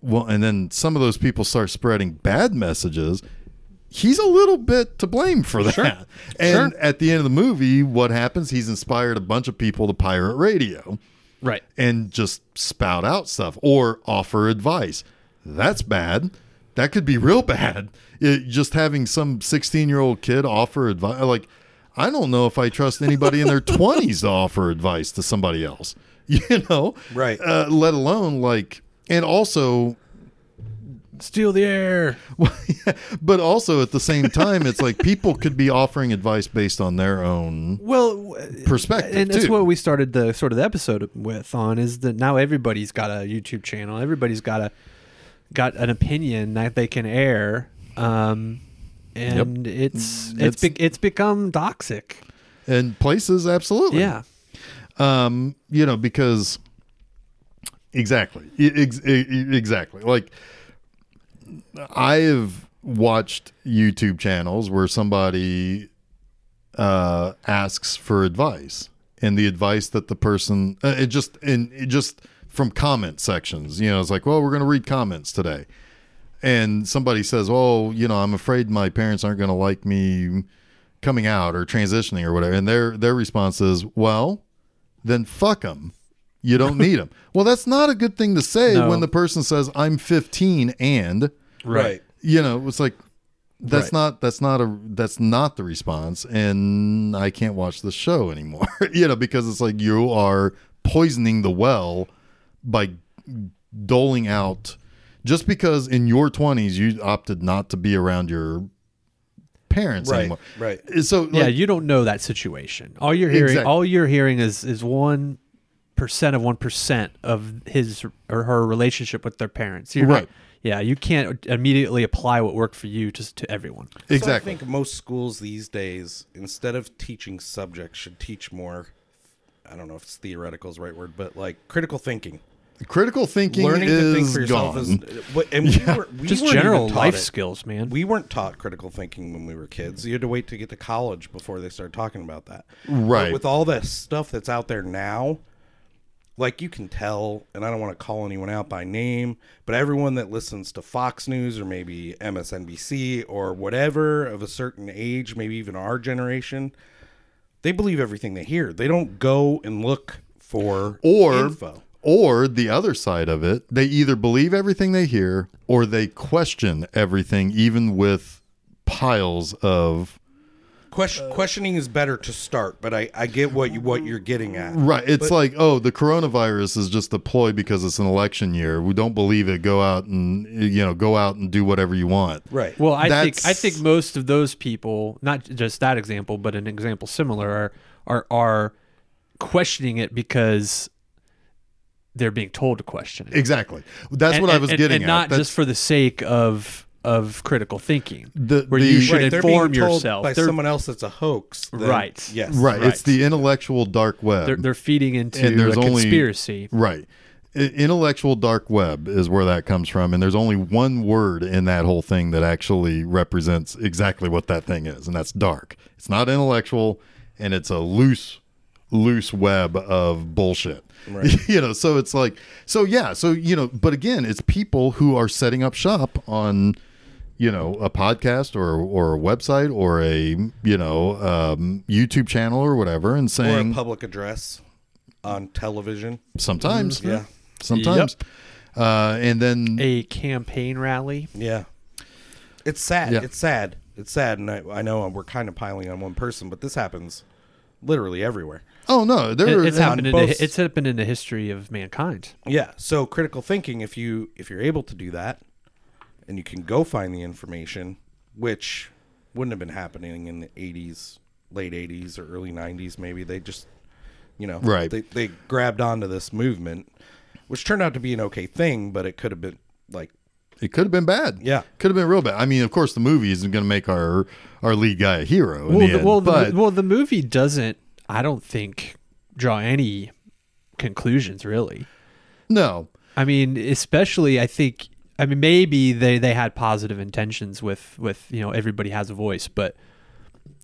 S1: well and then some of those people start spreading bad messages he's a little bit to blame for that and
S2: Sure.
S1: at the end of the movie what happens he's inspired a bunch of people to pirate radio
S2: Right.
S1: and just spout out stuff or offer advice that's bad that could be real bad It- just having some 16 year old kid offer advice like i don't know if i trust anybody in their 20s to offer advice to somebody else you know
S3: Right.
S1: uh, let alone like and also
S2: Steal the air.
S1: but also at the same time, it's like people could be offering advice based on their own
S2: Well, w-
S1: perspective.
S2: and that's
S1: too.
S2: what we started the sort of the episode with on is that now everybody's got a YouTube channel. Everybody's got a got an opinion that they can air. Um, and it's it's
S1: It's-
S2: be, it's become toxic.
S1: and places absolutely.
S2: Yeah.
S1: Um, you know because exactly, E- ex- e- e- exactly. Like I have watched YouTube channels where somebody uh, asks for advice, and the advice that the person uh, it just and it just from comment sections, you know, it's like, well, we're going to read comments today. and somebody says, "Oh, you know, I'm afraid my parents aren't going to like me coming out or transitioning or whatever," and their their response is, "Well, then fuck them. You don't need them." well, that's not a good thing to say
S2: No.
S1: when the person says, "I'm 15 and,"
S3: Right.
S1: you know, it's like that's
S2: Right.
S1: not that's not a that's not the response, and I can't watch the show anymore. you know, because it's like you are poisoning the well by doling out just because in your 20s you opted not to be around your parents
S3: Right,
S1: anymore.
S3: right.
S1: So like,
S2: yeah, you don't know that situation. All you're hearing,
S1: Exactly.
S2: all you're hearing is is one percent of one percent of his or her relationship with their parents. You're not-
S1: Right.
S2: yeah, you can't immediately apply what worked for you to to everyone.
S1: exactly.
S3: So I think most schools these days, instead of teaching subjects, should teach more. I don't know if it's theoretical is the right word, but like critical thinking,
S1: Critical thinking
S3: learning
S1: is
S3: to think for yourself
S1: gone.
S3: is. what- And we were, we
S2: Just
S3: weren't
S2: general
S3: even taught
S2: life
S3: it.
S2: skills, man.
S3: We weren't taught critical thinking when we were kids. You had to wait to get to college before they started talking about that.
S1: Right.
S3: But with all the stuff that's out there now, like you can tell, and I don't want to call anyone out by name, but everyone that listens to Fox News or maybe MSNBC or whatever of a certain age, maybe even our generation, they believe everything they hear. They don't go and look for
S1: or
S3: info.
S1: or the other side of it they either believe everything they hear or they question everything even with piles of
S3: Question, questioning is better to start, but I, I get what you what you're getting at.
S1: right it's like oh the coronavirus is just a ploy because it's an election year we don't believe it go out and you know go out and do whatever you want
S3: Right.
S2: Well, I think
S1: That's-
S2: I think most of those people, not just that example, but an example similar, are are are questioning it because they're being told to question it.
S1: exactly that's what i was
S2: and,
S1: getting
S2: and
S1: at
S2: not
S1: That's-
S2: just for the sake of of critical thinking,
S1: The-
S2: where
S1: the-
S2: you should
S3: Right, they're being
S2: inform
S3: told
S2: yourself.
S3: by
S2: they're,
S3: someone else that's a hoax. then
S2: Right.
S3: Yes.
S1: right, it's
S2: right.
S1: the intellectual dark web
S2: they're they're feeding into
S1: And
S2: a
S1: there's only-
S2: conspiracy.
S1: Right. i- intellectual dark web is where that comes from, and there's only one word in that whole thing that actually represents exactly what that thing is, and that's dark. It's not intellectual, and it's a loose, loose web of bullshit.
S3: Right.
S1: you know, so it's like, so yeah, so you know, but again, it's people who are setting up shop on, you know, a podcast or or a website or a you know um, YouTube channel or whatever, and
S3: or a
S1: saying
S3: public address on television.
S1: sometimes,
S2: Mm-hmm.
S3: Yeah.
S1: sometimes. Uh, and then
S2: a campaign rally.
S3: Yeah. It's sad.
S1: Yeah.
S3: It's sad. It's sad. And I, I know we're kind of piling on one person, but this happens literally everywhere.
S1: Oh no, there
S2: It, it's
S1: and-
S2: happened. In
S3: both-
S2: the, it's happened in the history of mankind.
S3: Yeah. So critical thinking, if you if you're able to do that and you can go find the information, which wouldn't have been happening in the eighties, late eighties or early nineties, maybe they just you know
S1: Right.
S3: they, they grabbed onto this movement, which turned out to be an okay thing, but it could have been like
S1: It could have been bad.
S3: Yeah.
S1: could have been real bad. I mean, of course, the movie isn't going to make our our lead guy a hero. in the
S2: well, the,
S1: end,
S2: well,
S1: but
S2: the, well, the movie doesn't. I don't think draw any conclusions really.
S1: no,
S2: I mean, especially I think. I mean, maybe they they had positive intentions with with you know everybody has a voice, but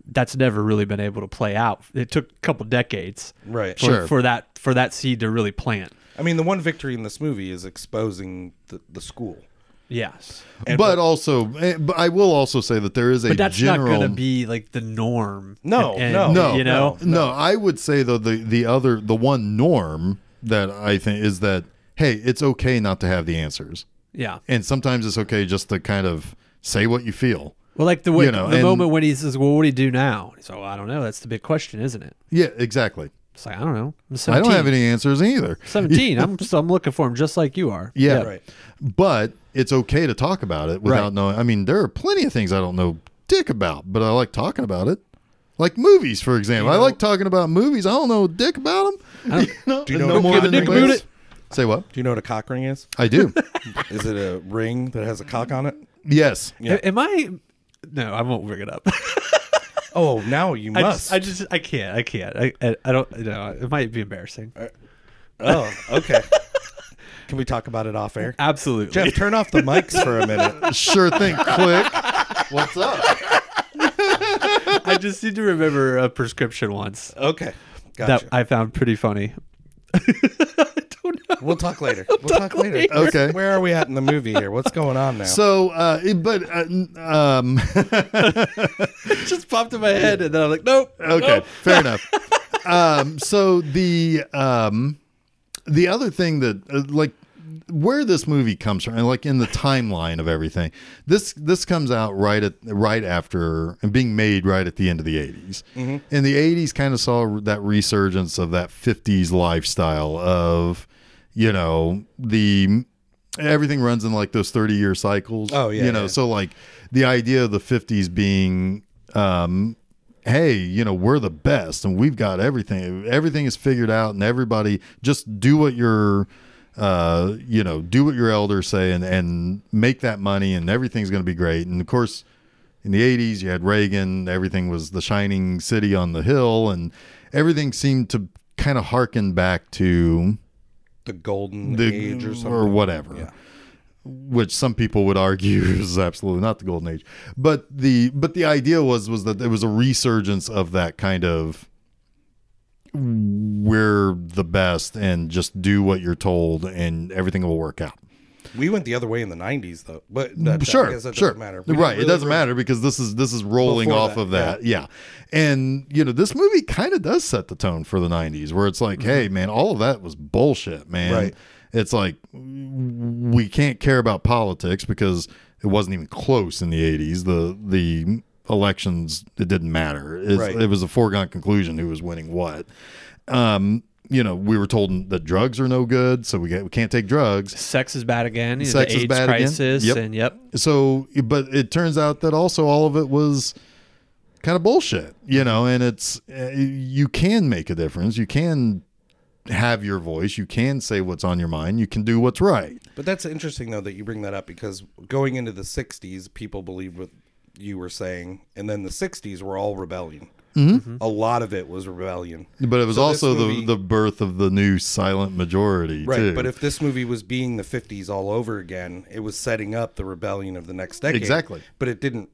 S2: that's never really been able to play out. It took a couple decades
S3: right.
S2: for,
S1: Sure.
S2: for that for that seed to really plant.
S3: I mean the one victory in this movie is exposing the, the school.
S2: Yes,
S1: but also, eh, but I will also say that there is a
S2: but that's
S1: general.
S2: not going to be like the norm.
S3: No,
S2: And-
S3: no,
S2: and,
S1: no,
S2: you know,
S1: no, I would say though the the other the one norm that I think is that hey, it's okay not to have the answers,
S2: yeah.
S1: and sometimes it's okay just to kind of say what you feel.
S2: Well, like the way
S1: You know,
S2: the
S1: and-
S2: moment when he says, "Well, what do you do now?" He's like, "Well, I don't know. That's the big question, isn't it?"
S1: Yeah, exactly.
S2: It's like I don't know. I'm
S1: I
S2: 17.
S1: don't have any answers either.
S2: Seventeen. I'm so I'm looking for him just like you are.
S1: Yeah.
S3: Right.
S1: But it's okay to talk about it without
S2: Right.
S1: knowing. I mean, there are plenty of things I don't know dick about, but I like talking about it. Like movies, for example. I like talking about movies. I don't know dick about them.
S3: Do you know what a cock
S2: dick about
S3: ring
S2: it?
S3: is?
S1: Say what?
S3: Do you know what a cock ring is?
S1: I do.
S3: Is it a ring that has a cock on it?
S1: yes.
S3: Yeah.
S2: A- Am I? No, I won't bring it up.
S3: Oh, now you
S2: I
S3: must.
S2: just, I just I can't I can't I I, I don't you know it might be embarrassing.
S3: Uh, Oh, okay. Can we talk about it off air?
S1: Uh,
S2: Absolutely.
S3: Jeff, turn off the mics for a minute.
S1: Sure thing. Click. What's up?
S2: I just need to remember a prescription once
S3: Okay. Gotcha.
S2: that I found pretty funny. I don't know.
S3: we'll talk later. We'll talk, later.
S2: later.
S1: Okay.
S3: Where are we at in the movie here? What's going on now?
S1: So, uh, it- but uh, n- um,
S2: It just popped in my head and then I'm like, nope.
S1: okay,
S2: nope.
S1: fair enough. Um, so the um, the other thing that uh, like where this movie comes from, and like in the timeline of everything, this this comes out right at right after and being made right at the end of the 80s
S3: Mm-hmm.
S1: And the eighties kind of saw that resurgence of that fifties lifestyle of you know the everything runs in like those thirty year cycles.
S3: Oh, yeah,
S1: you know
S3: yeah.
S1: so like the idea of the 50s being um hey you know we're the best and we've got everything everything is figured out and everybody just do what your uh you know do what your elders say and and make that money and everything's going to be great and of course in the 80s you had reagan everything was the shining city on the hill and everything seemed to kind of harken back to
S3: the golden
S1: the
S3: age or something.
S1: whatever, which some people would argue is absolutely not the golden age. But the but the idea was was that there was a resurgence of that kind of we're the best and just do what you're told and everything will work out.
S3: We went the other way in the 90s, though. But that, I
S1: sure,
S3: guess that
S1: sure,
S3: doesn't matter. We
S1: right?
S3: didn't
S1: it doesn't
S3: really-
S1: matter because this is this is rolling
S3: Before
S1: off
S3: that,
S1: of that, yeah. And you know, this movie kind of does set the tone for the '90s, where it's like, hey, man, all of that was bullshit, man.
S3: Mm-hmm. Right.
S1: It's like we can't care about politics because it wasn't even close in the '80s. The the elections it didn't matter. It's,
S3: Right.
S1: It was a foregone conclusion who was winning what. Um, you know, we were told that drugs are no good, so we, get, we can't take drugs.
S2: Sex is bad again.
S1: Sex
S2: the
S1: is
S2: AIDS
S1: bad again.
S2: crisis
S1: Yep.
S2: and yep.
S1: so but it turns out that also all of it was kind of bullshit you know and it's uh, you can make a difference you can have your voice you can say what's on your mind you can do what's right
S3: But that's interesting though that you bring that up because going into the '60s, people believed what you were saying, and then the '60s were all rebellion.
S1: Mm-hmm.
S3: a lot of it was rebellion.
S1: But it was
S3: So this
S1: also
S3: movie-
S1: the the birth of the new silent majority
S3: Right,
S1: too.
S3: but if this movie was being the 50s all over again, it was setting up the rebellion of the next decade.
S1: Exactly.
S3: But it didn't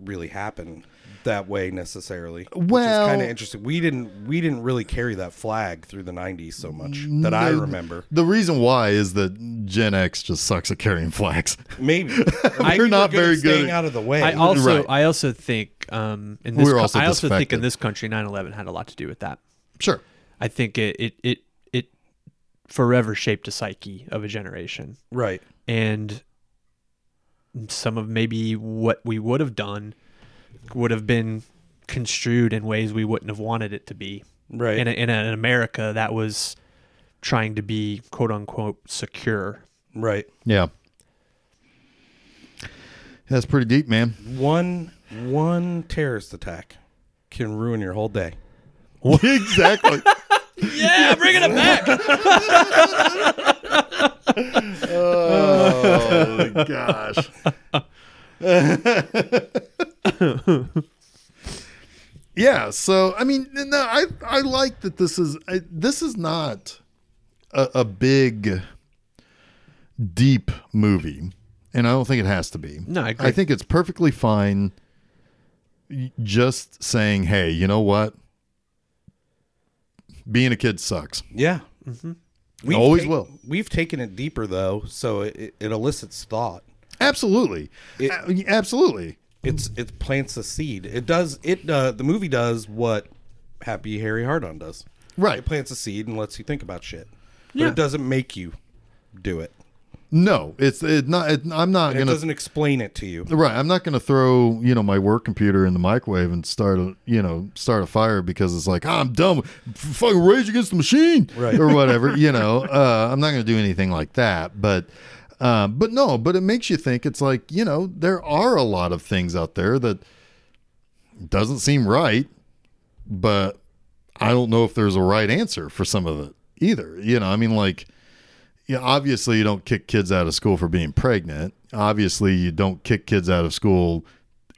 S3: really happen that way necessarily.
S1: Well-
S3: kind of interesting. We didn't we didn't really carry that flag through the 90s so much that I
S1: No,
S3: remember.
S1: the reason why is that Gen X just sucks at carrying flags.
S3: Maybe I-
S1: We're
S3: we
S1: not very
S3: at
S1: good
S3: staying
S1: at-
S3: out of the way.
S2: I also
S1: Right.
S2: I also think um in this
S1: We're
S2: co-
S1: also
S2: I also think in
S1: disaffected.
S2: this country 9/11 had a lot to do with that.
S1: Sure.
S2: I think it it it, it forever shaped a psyche of a generation
S3: right.
S2: and some of maybe what we would have done would have been construed in ways we wouldn't have wanted it to be.
S3: Right.
S2: In, a, in an America that was trying to be quote unquote secure.
S3: right.
S1: Yeah. That's pretty deep, man.
S3: One one terrorist attack can ruin your whole day.
S1: exactly.
S2: Yeah, bringing it back.
S1: oh gosh. yeah. So I mean, no, I I like that this is I, this is not a, a big deep movie, and I don't think it has to be.
S2: No, I agree.
S1: I think it's perfectly fine. y- Just saying, hey, you know what? Being a kid sucks.
S3: Yeah. Mm-hmm. We
S1: Always will.
S3: We've taken it deeper though, so it, it elicits thought.
S1: Absolutely,
S3: It-
S1: A- absolutely.
S3: It's
S1: Mm.
S3: it plants a seed. It does it. Uh, the movie does what Happy Harry Hardon does.
S1: Right.
S3: It plants a seed and lets you think about shit, but
S2: Yeah.
S3: it doesn't make you do it.
S1: No, it's it not. It, I'm not
S3: And it
S1: gonna.
S3: doesn't explain it to you.
S1: Right, I'm not gonna throw you know my work computer in the microwave and start a you know start a fire because it's like "Ah, I'm dumb, F- fucking Rage Against the Machine
S3: Right.
S1: or whatever. you know, uh, I'm not gonna do anything like that. But uh, but no, but it makes you think. It's like you know there are a lot of things out there that doesn't seem right, but I don't know if there's a right answer for some of it either. You know, I mean, like, yeah, obviously you don't kick kids out of school for being pregnant. Obviously, you don't kick kids out of school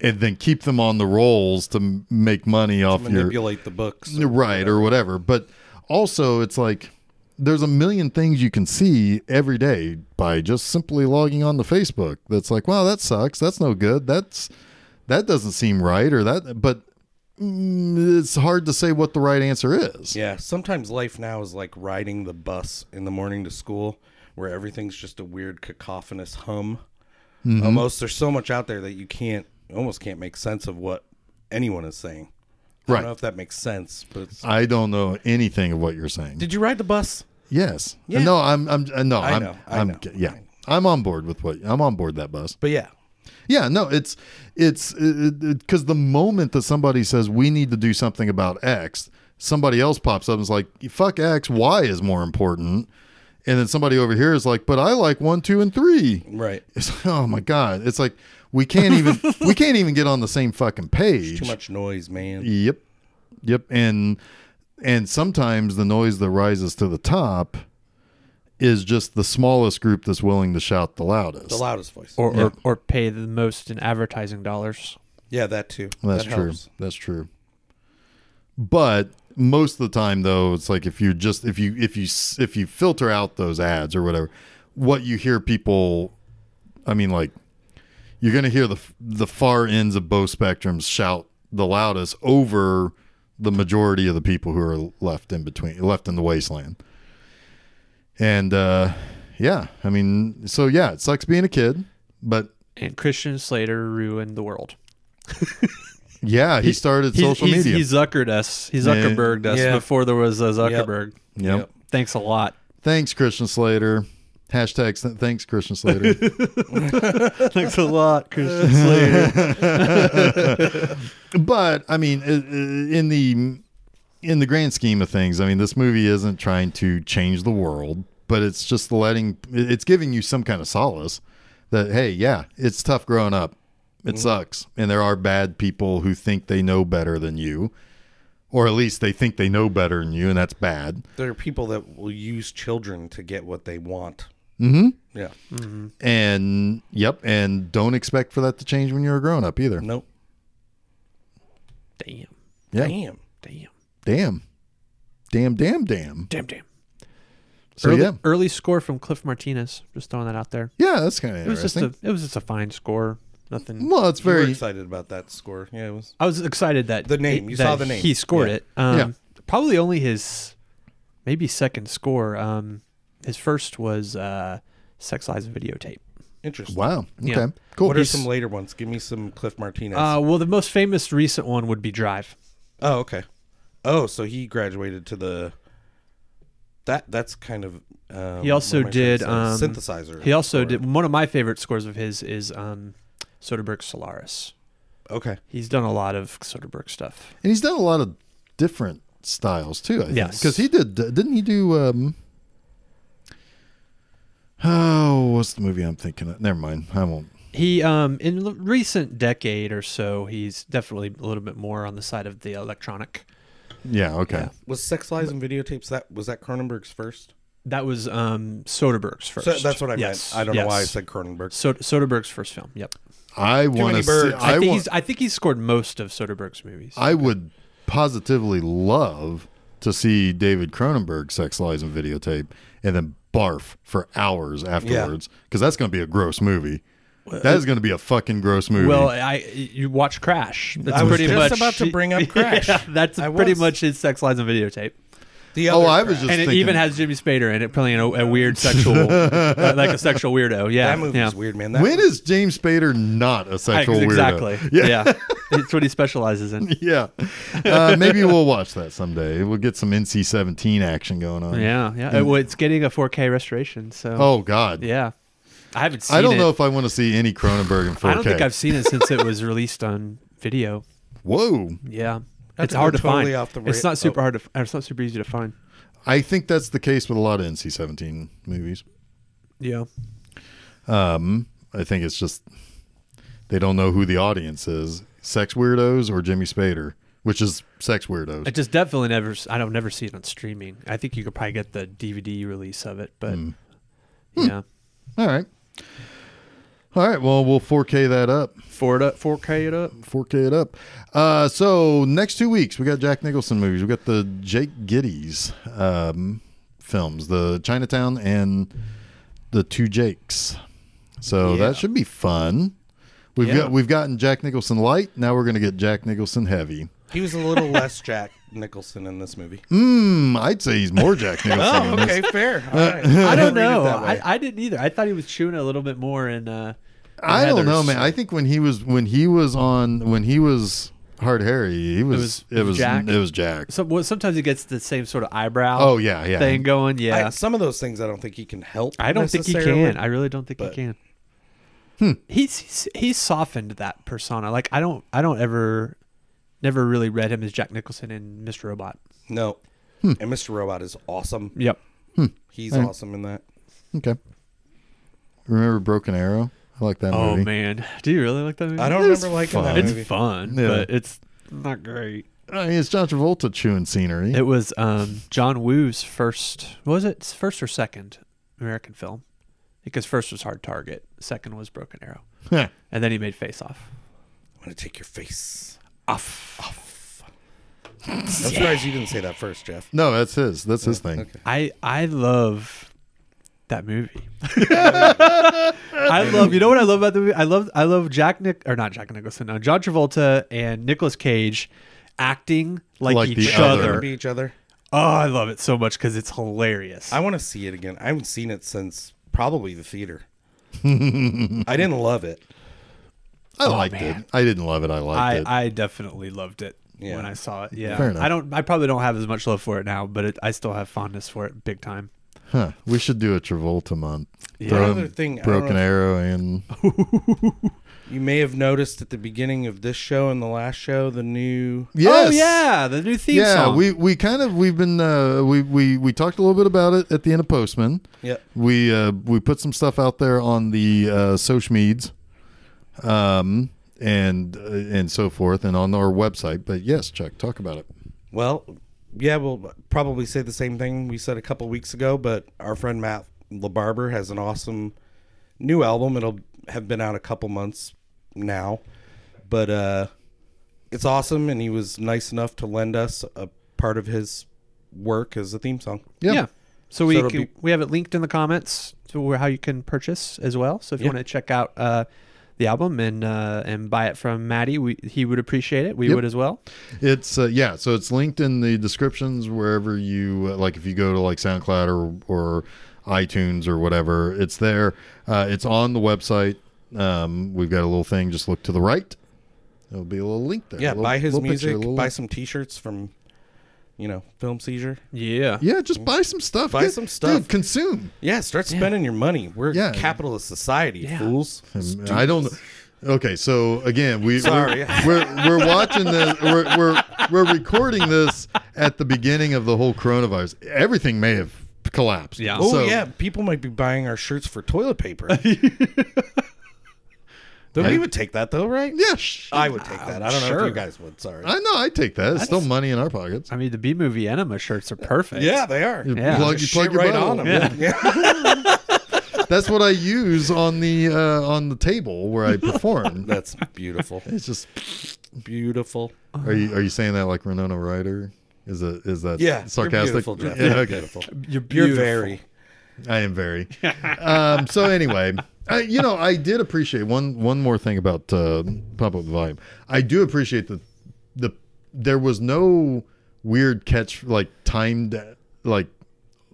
S1: and then keep them on the rolls to m- make money off your
S3: Manipulate the books.
S1: right or whatever. But also, it's like there's a million things you can see every day by just simply logging on to Facebook. That's like, wow, that sucks. That's no good. That's that doesn't seem right, or that. But mm, it's hard to say what the right answer is.
S3: Yeah. Sometimes life now is like riding the bus in the morning to school, where everything's just a weird cacophonous hum.
S1: Mm-hmm.
S3: Almost there's so much out there that you can't almost can't make sense of what anyone is saying. I
S1: Right.
S3: don't know if that makes sense, but it's,
S1: I don't know anything of what you're saying.
S3: did you ride the bus?
S1: yes.
S3: Yeah.
S1: No, I'm. I'm. uh, No, I am
S3: know, I
S1: I'm.
S3: know.
S1: Yeah. I'm on board with what I'm on board that bus.
S3: But yeah,
S1: Yeah, no, it's it's because the moment that somebody says we need to do something about X, somebody else pops up and is like, "Fuck X, Y is more important," and then somebody over here is like, "But I like one, two, and three.
S3: right.
S1: It's like, oh my god! It's like we can't even we can't even get on the same fucking page.
S3: Too much noise, man.
S1: Yep, yep, and and sometimes the noise that rises to the top is just the smallest group that's willing to shout the loudest.
S3: The loudest voice.
S2: Or, or or pay the most in advertising dollars.
S3: yeah, that too.
S1: That's
S3: That
S1: true.
S3: helps.
S1: That's true. But most of the time, though, it's like if you just if you if you s- if you filter out those ads or whatever, what you hear people, I mean, like you're gonna hear the f- the far ends of both spectrums shout the loudest over the majority of the people who are left in between, left in the wasteland. And uh, yeah, I mean, so yeah, it sucks being a kid, but
S2: And Christian Slater ruined the world.
S1: yeah, he started social
S2: he's,
S1: media.
S2: He Zuckered us. He Zuckerberged us
S3: Yeah.
S2: before there was a Zuckerberg.
S1: yep.
S2: Thanks a lot.
S1: Thanks, Christian Slater. Hashtag th- thanks, Christian Slater.
S2: Thanks a lot, Christian Slater.
S1: but I mean, i- i- in the in the grand scheme of things, I mean, this movie isn't trying to change the world, but it's just letting it's giving you some kind of solace that hey, yeah, it's tough growing up. It sucks, and there are bad people who think they know better than you, or at least they think they know better than you, and that's bad.
S3: There are people that will use children to get what they want. Mm-hmm. Yeah.
S1: And yep, and don't expect for that to change when you're a grown up either.
S3: Nope.
S2: Damn.
S1: Yeah.
S3: Damn.
S2: Damn.
S1: Damn. Damn, damn, damn.
S2: Damn, damn.
S1: So,
S2: early,
S1: yeah.
S2: early score from Cliff Martinez. Just throwing that out there.
S1: Yeah, that's kind of
S2: It was just
S1: interesting.
S2: a it was just a fine score. Nothing.
S1: well, it's
S3: Very
S1: very.
S3: excited about that score. Yeah, it was.
S2: I was excited that
S3: The name. You
S2: that
S3: saw the name.
S2: He scored
S3: Yeah.
S2: it. Um,
S1: Yeah.
S2: Probably only his maybe second score. Um, his first was uh, Sex Lies and Videotape.
S3: Interesting.
S1: Wow. Okay.
S2: Yeah.
S1: Cool.
S3: What are some later ones? Give me some Cliff Martinez.
S2: Uh, well, the most famous recent one would be Drive.
S3: oh, okay. Oh, so he graduated to the. That that's kind of. Um,
S2: He also
S3: what am I trying to
S2: did,
S3: say?
S2: um,
S3: synthesizer.
S2: He also
S3: score.
S2: did one of my favorite scores of his is um, Soderbergh Solaris.
S3: Okay.
S2: He's done a lot of Soderbergh stuff.
S1: and he's done a lot of different styles too. I think.
S2: Yes.
S1: Because he did. Didn't he do? um Oh, what's the movie I'm thinking of? Never mind. I won't.
S2: He um, in the recent decade or so, he's definitely a little bit more on the side of the electronic.
S1: Yeah. Okay.
S2: Yeah.
S3: Was Sex Lies and Videotapes that was that Cronenberg's first?
S2: That was um, Soderbergh's first.
S3: So that's what I
S2: Yes,
S3: meant. I don't know why I
S2: yes.
S3: said Cronenberg.
S2: Sod- Soderbergh's first film. Yep.
S1: I want to
S3: many
S1: see.
S3: birds.
S1: I,
S2: I think
S1: want.
S2: he's. I think he's scored most of Soderbergh's movies.
S1: I would positively love to see David Cronenberg sex lies and videotape, and then barf for hours afterwards because that's going to be a gross movie. That is going to be a fucking gross movie.
S2: well, I you watch Crash. That's
S3: I was
S2: pretty much,
S3: just about to bring up Crash.
S2: Yeah, that's
S3: I
S2: pretty
S3: was.
S2: much his sex lies and videotape,
S3: The
S1: oh,
S3: other
S1: I was
S3: crap.
S1: just
S2: and it
S1: thinking,
S2: even has Jimmy Spader in it playing a, a weird sexual, uh, like a sexual weirdo. Yeah,
S3: that movie
S2: yeah.
S3: is weird, man. That
S1: when is James Spader not a
S2: I-
S1: sexual
S2: exactly.
S1: weirdo?
S2: Yeah, it's what he specializes in.
S1: Yeah. Uh, maybe we'll watch that someday. We'll get some NC 17 action going on.
S2: Yeah, yeah. Well, it's getting a 4K restoration, so
S1: Oh, God.
S2: yeah. I haven't seen.
S1: I don't
S2: it.
S1: know if I want to see any Cronenberg in 4K.
S2: I don't think I've seen it since it was released on video.
S1: Whoa.
S2: Yeah,
S3: Not
S2: it's
S3: to go
S2: hard to
S3: totally
S2: find.
S3: off the
S2: it's
S3: ra-
S2: not super
S3: oh.
S2: hard to. Or it's not super easy to find.
S1: I think that's the case with a lot of NC 17 movies.
S2: Yeah,
S1: Um, I think it's just they don't know who the audience is sex weirdos or Jimmy Spader, which is sex weirdos.
S2: I just definitely never. s- I don't never see it on streaming. I think you could probably get the DVD release of it, but yeah,
S1: All right. All right. Well, we'll 4K that up.
S2: four it up, four K it up.
S1: 4K it up. Uh, so next two weeks we got Jack Nicholson movies. We got the Jake Giddies um, films, the Chinatown and the Two Jakes. So
S2: Yeah.
S1: that should be fun. We've
S2: Yeah.
S1: got we've gotten Jack Nicholson light. Now we're gonna get Jack Nicholson heavy.
S3: he was a little less Jack Nicholson in this movie.
S1: Mm, I'd say he's more Jack Nicholson.
S3: Oh,
S1: than this.
S3: okay, fair. All right.
S2: I don't
S3: Read it
S2: know.
S3: that way.
S2: I, I didn't either. I thought he was chewing a little bit more in. Uh, in
S1: I don't know,
S2: Heathers.
S1: man. I think when he was when he was on when he was Hard Harry, he was
S2: was
S1: it was it was Jack.
S2: Jack. So, well, sometimes he gets the same sort of eyebrow.
S1: Oh yeah, yeah.
S2: thing going.
S3: I-
S2: Yeah,
S3: some of those things I don't think he can help.
S2: I don't think he
S3: necessarily.
S2: can. I really don't think
S3: but- Hmm.
S2: he can. He's, he's he's softened that persona. Like I don't I don't ever never really read him as Jack Nicholson in Mr. Robot.
S3: No.
S2: Hmm.
S3: And Mr. Robot is awesome.
S2: Yep.
S3: He's
S1: All right.
S3: awesome in that.
S1: Okay. Remember Broken Arrow? I like that
S2: Oh
S1: movie.
S2: man, do you really like that movie?
S3: I don't
S1: It's
S3: remember liking
S1: fun.
S3: that
S2: It's
S3: movie.
S2: fun,
S1: Yeah.
S2: but it's not great.
S1: I mean, Uh, it's John Travolta chewing scenery.
S2: It was um, John Woo's first. what was it It's first or second American film? Because first was Hard Target, second was Broken Arrow,
S1: Heh.
S2: and then he made Face Off.
S3: I'm gonna take your face.
S2: Off.
S3: I'm surprised you didn't say that first, Jeff.
S1: no, that's his. That's his thing.
S3: Okay.
S2: I I love that movie. I love you know what I love about the movie? I love I love Jack Nick or not Jack Nicholson, no, John Travolta and Nicolas Cage acting like,
S1: Like
S2: each
S1: the other.
S2: other.
S3: Remember each other.
S2: Oh, I love it so much because it's hilarious.
S3: I want to see it again. I haven't seen it since probably the theater. I didn't love it.
S1: I liked it. I didn't love it. I liked
S2: I,
S1: it.
S2: I definitely loved it
S3: Yeah.
S2: when I saw it. Yeah.
S1: Fair enough.
S2: I don't I probably don't have as much love for it now, but it, I still have fondness for it big time.
S1: huh. We should do a Travolta month.
S2: Yeah.
S1: Throw
S3: Another
S1: him
S3: thing, I don't
S1: Broken
S3: know if-
S1: Arrow and
S3: You may have noticed at the beginning of this show and the last show the new
S1: yes.
S2: Oh yeah, the new theme
S1: yeah,
S2: song.
S1: we we kind of we've been uh, we we we talked a little bit about it at the end of Postman.
S3: Yep.
S1: We uh, we put some stuff out there on the uh, social meds, um, and uh, and so forth, and on our website. But yes, Chuck, talk about it.
S3: Well, yeah, we'll probably say the same thing we said a couple weeks ago, but our friend Matt LaBarber has an awesome new album. It'll have been out a couple months now, but uh, it's awesome, and he was nice enough to lend us a part of his work as a theme song.
S1: Yeah.
S2: Yeah. So we
S3: So it'll
S2: can,
S3: be-
S2: we have it linked in the comments to where how you can purchase as well. So if you
S3: Yeah.
S2: want to check out uh, the album and uh, and buy it from Maddie, we, he would appreciate it. We
S1: Yep.
S2: would as well.
S1: It's uh, yeah, so it's linked in the descriptions wherever you uh, like. If you go to like SoundCloud or or iTunes or whatever, it's there. Uh, it's on the website. Um, we've got a little thing. Just look to the right. There'll be a little link there. a
S3: Yeah,
S1: little-
S3: buy his
S1: little picture,
S3: music,
S1: a little-
S3: buy some T-shirts from, you know, Film Seizure.
S2: Yeah.
S1: Yeah, just buy some stuff.
S3: Buy
S1: Get-
S3: some stuff.
S1: Dude, consume.
S3: Yeah, start spending your money. We're
S1: Yeah.
S3: a capitalist society,
S2: Yeah.
S3: fools.
S1: Um, I don't. Okay, so again, we
S3: Sorry.
S1: we're, we're we're watching this. We're, we're we're recording this at the beginning of the whole coronavirus. Everything may have collapsed.
S2: Yeah.
S3: Oh
S1: So-
S3: yeah, people might be buying our shirts for toilet paper. Then we would take that though, right?
S1: Yeah. sh-
S3: I would take that. I don't know
S2: Sure.
S3: if you guys would. Sorry.
S1: I know. I take that. It's still money in our pockets.
S2: I mean, the B movie enema shirts are perfect.
S3: yeah, they are.
S2: Yeah.
S1: Plug, you
S3: Just
S1: plug
S3: shit
S1: your
S3: right
S1: bottle.
S3: on them. Yeah.
S1: That's what I use on the uh, on the table where I perform.
S3: That's beautiful.
S1: it's just.
S3: Beautiful.
S1: Are you are you saying that like Renona Ryder? Is it is that
S3: Yeah.
S1: sarcastic?
S3: You're beautiful, Jeff.
S1: Yeah,
S3: You're
S1: okay.
S3: beautiful.
S2: You're,
S3: You're
S2: beautiful.
S3: very.
S1: I am very. um, so anyway, I, you know, I did appreciate one one more thing about uh, pump up the volume. I do appreciate that the there was no weird catch like timed like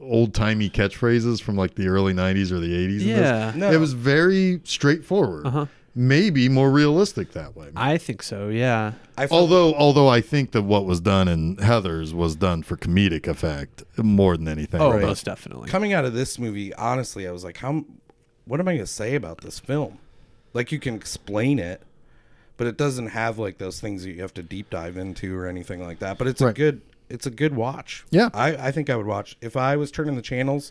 S1: old timey catchphrases from like the early '90s or the '80s. in this.
S2: Yeah.
S3: No.
S1: it was very straightforward. Maybe more realistic that way.
S2: I think so. Yeah.
S3: I felt
S1: Although, although I think that what was done in Heather's was done for comedic effect more than anything.
S2: Oh,
S1: But-
S2: most definitely.
S3: coming out of this movie, honestly, I was like, how? What am I going to say about this film? Like, you can explain it, but it doesn't have like those things that you have to deep dive into or anything like that. But it's a
S1: Right.
S3: good, it's a good watch.
S1: Yeah.
S3: I, I think I would watch if I was turning the channels.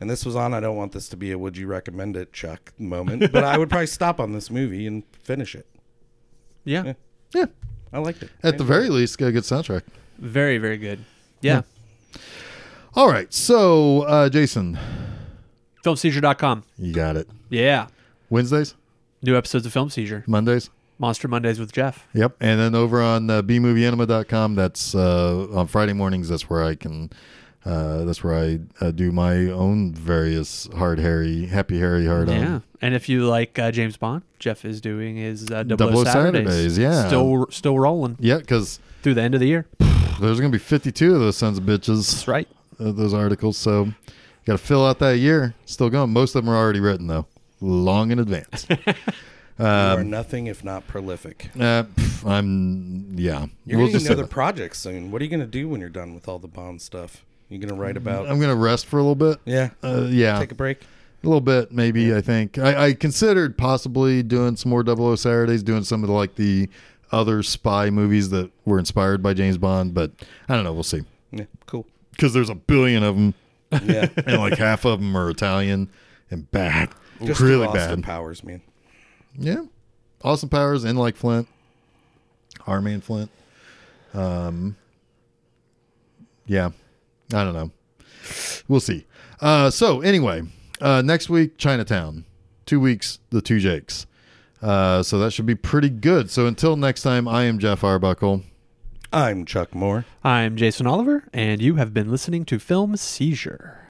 S3: And this was on. I don't want this to be a "Would you recommend it, Chuck?" moment, but I would probably stop on this movie and finish it.
S2: yeah.
S1: yeah,
S3: I liked it.
S1: at the very least, got a good soundtrack.
S2: Very very good. Yeah.
S1: All right, so uh, Jason,
S2: Filmseizure.com.
S1: you got it.
S2: Yeah.
S1: Wednesdays,
S2: New episodes of Film Seizure.
S1: Mondays.
S2: Monster Mondays with Jeff.
S1: Yep, and then over on uh, bmovieanima.com, that's uh, on Friday mornings. That's where I can. Uh, that's where I uh, do my own various hard Harry, happy Harry, hard on.
S2: Yeah, and if you like uh, James Bond, Jeff is doing his uh, Double,
S1: Double O
S2: O Saturdays.
S1: Saturdays, yeah.
S2: still still rolling
S1: Yeah, because
S2: through the end of the year.
S1: there's going to be 52 of those sons of bitches.
S2: That's right.
S1: uh, those articles. So got to fill out that year. Still going. Most of them are already written though, long in advance. Um,
S3: you are nothing if not prolific.
S1: uh, pff, I'm yeah.
S3: You're
S1: We'll
S3: going
S1: just
S3: to need
S1: say
S3: another
S1: that.
S3: project soon. What are you going to do when you're done with all the Bond stuff? You going to write about?
S1: Mm, I'm gonna rest for a little bit.
S3: yeah.
S1: Uh, yeah,
S3: Take a break.
S1: a little bit maybe. I think I, I considered possibly doing some more 00 Saturdays, doing some of the, like the other spy movies that were inspired by James Bond, but I don't know. We'll see
S3: Yeah, cool.
S1: because there's a billion of them,
S3: Yeah,
S1: and like half of them are Italian and bad,
S3: just
S1: really
S3: Austin
S1: bad.
S3: Powers, man.
S1: Yeah. Austin Powers and like Flint. Our man Flint. Um Yeah. I don't know. We'll see. Uh so anyway, uh next week, Chinatown. Two weeks, the two Jakes. Uh so that should be pretty good. So until next time, I am Jeff Arbuckle.
S3: I'm Chuck Moore.
S2: I'm Jason Oliver, and you have been listening to Film Seizure.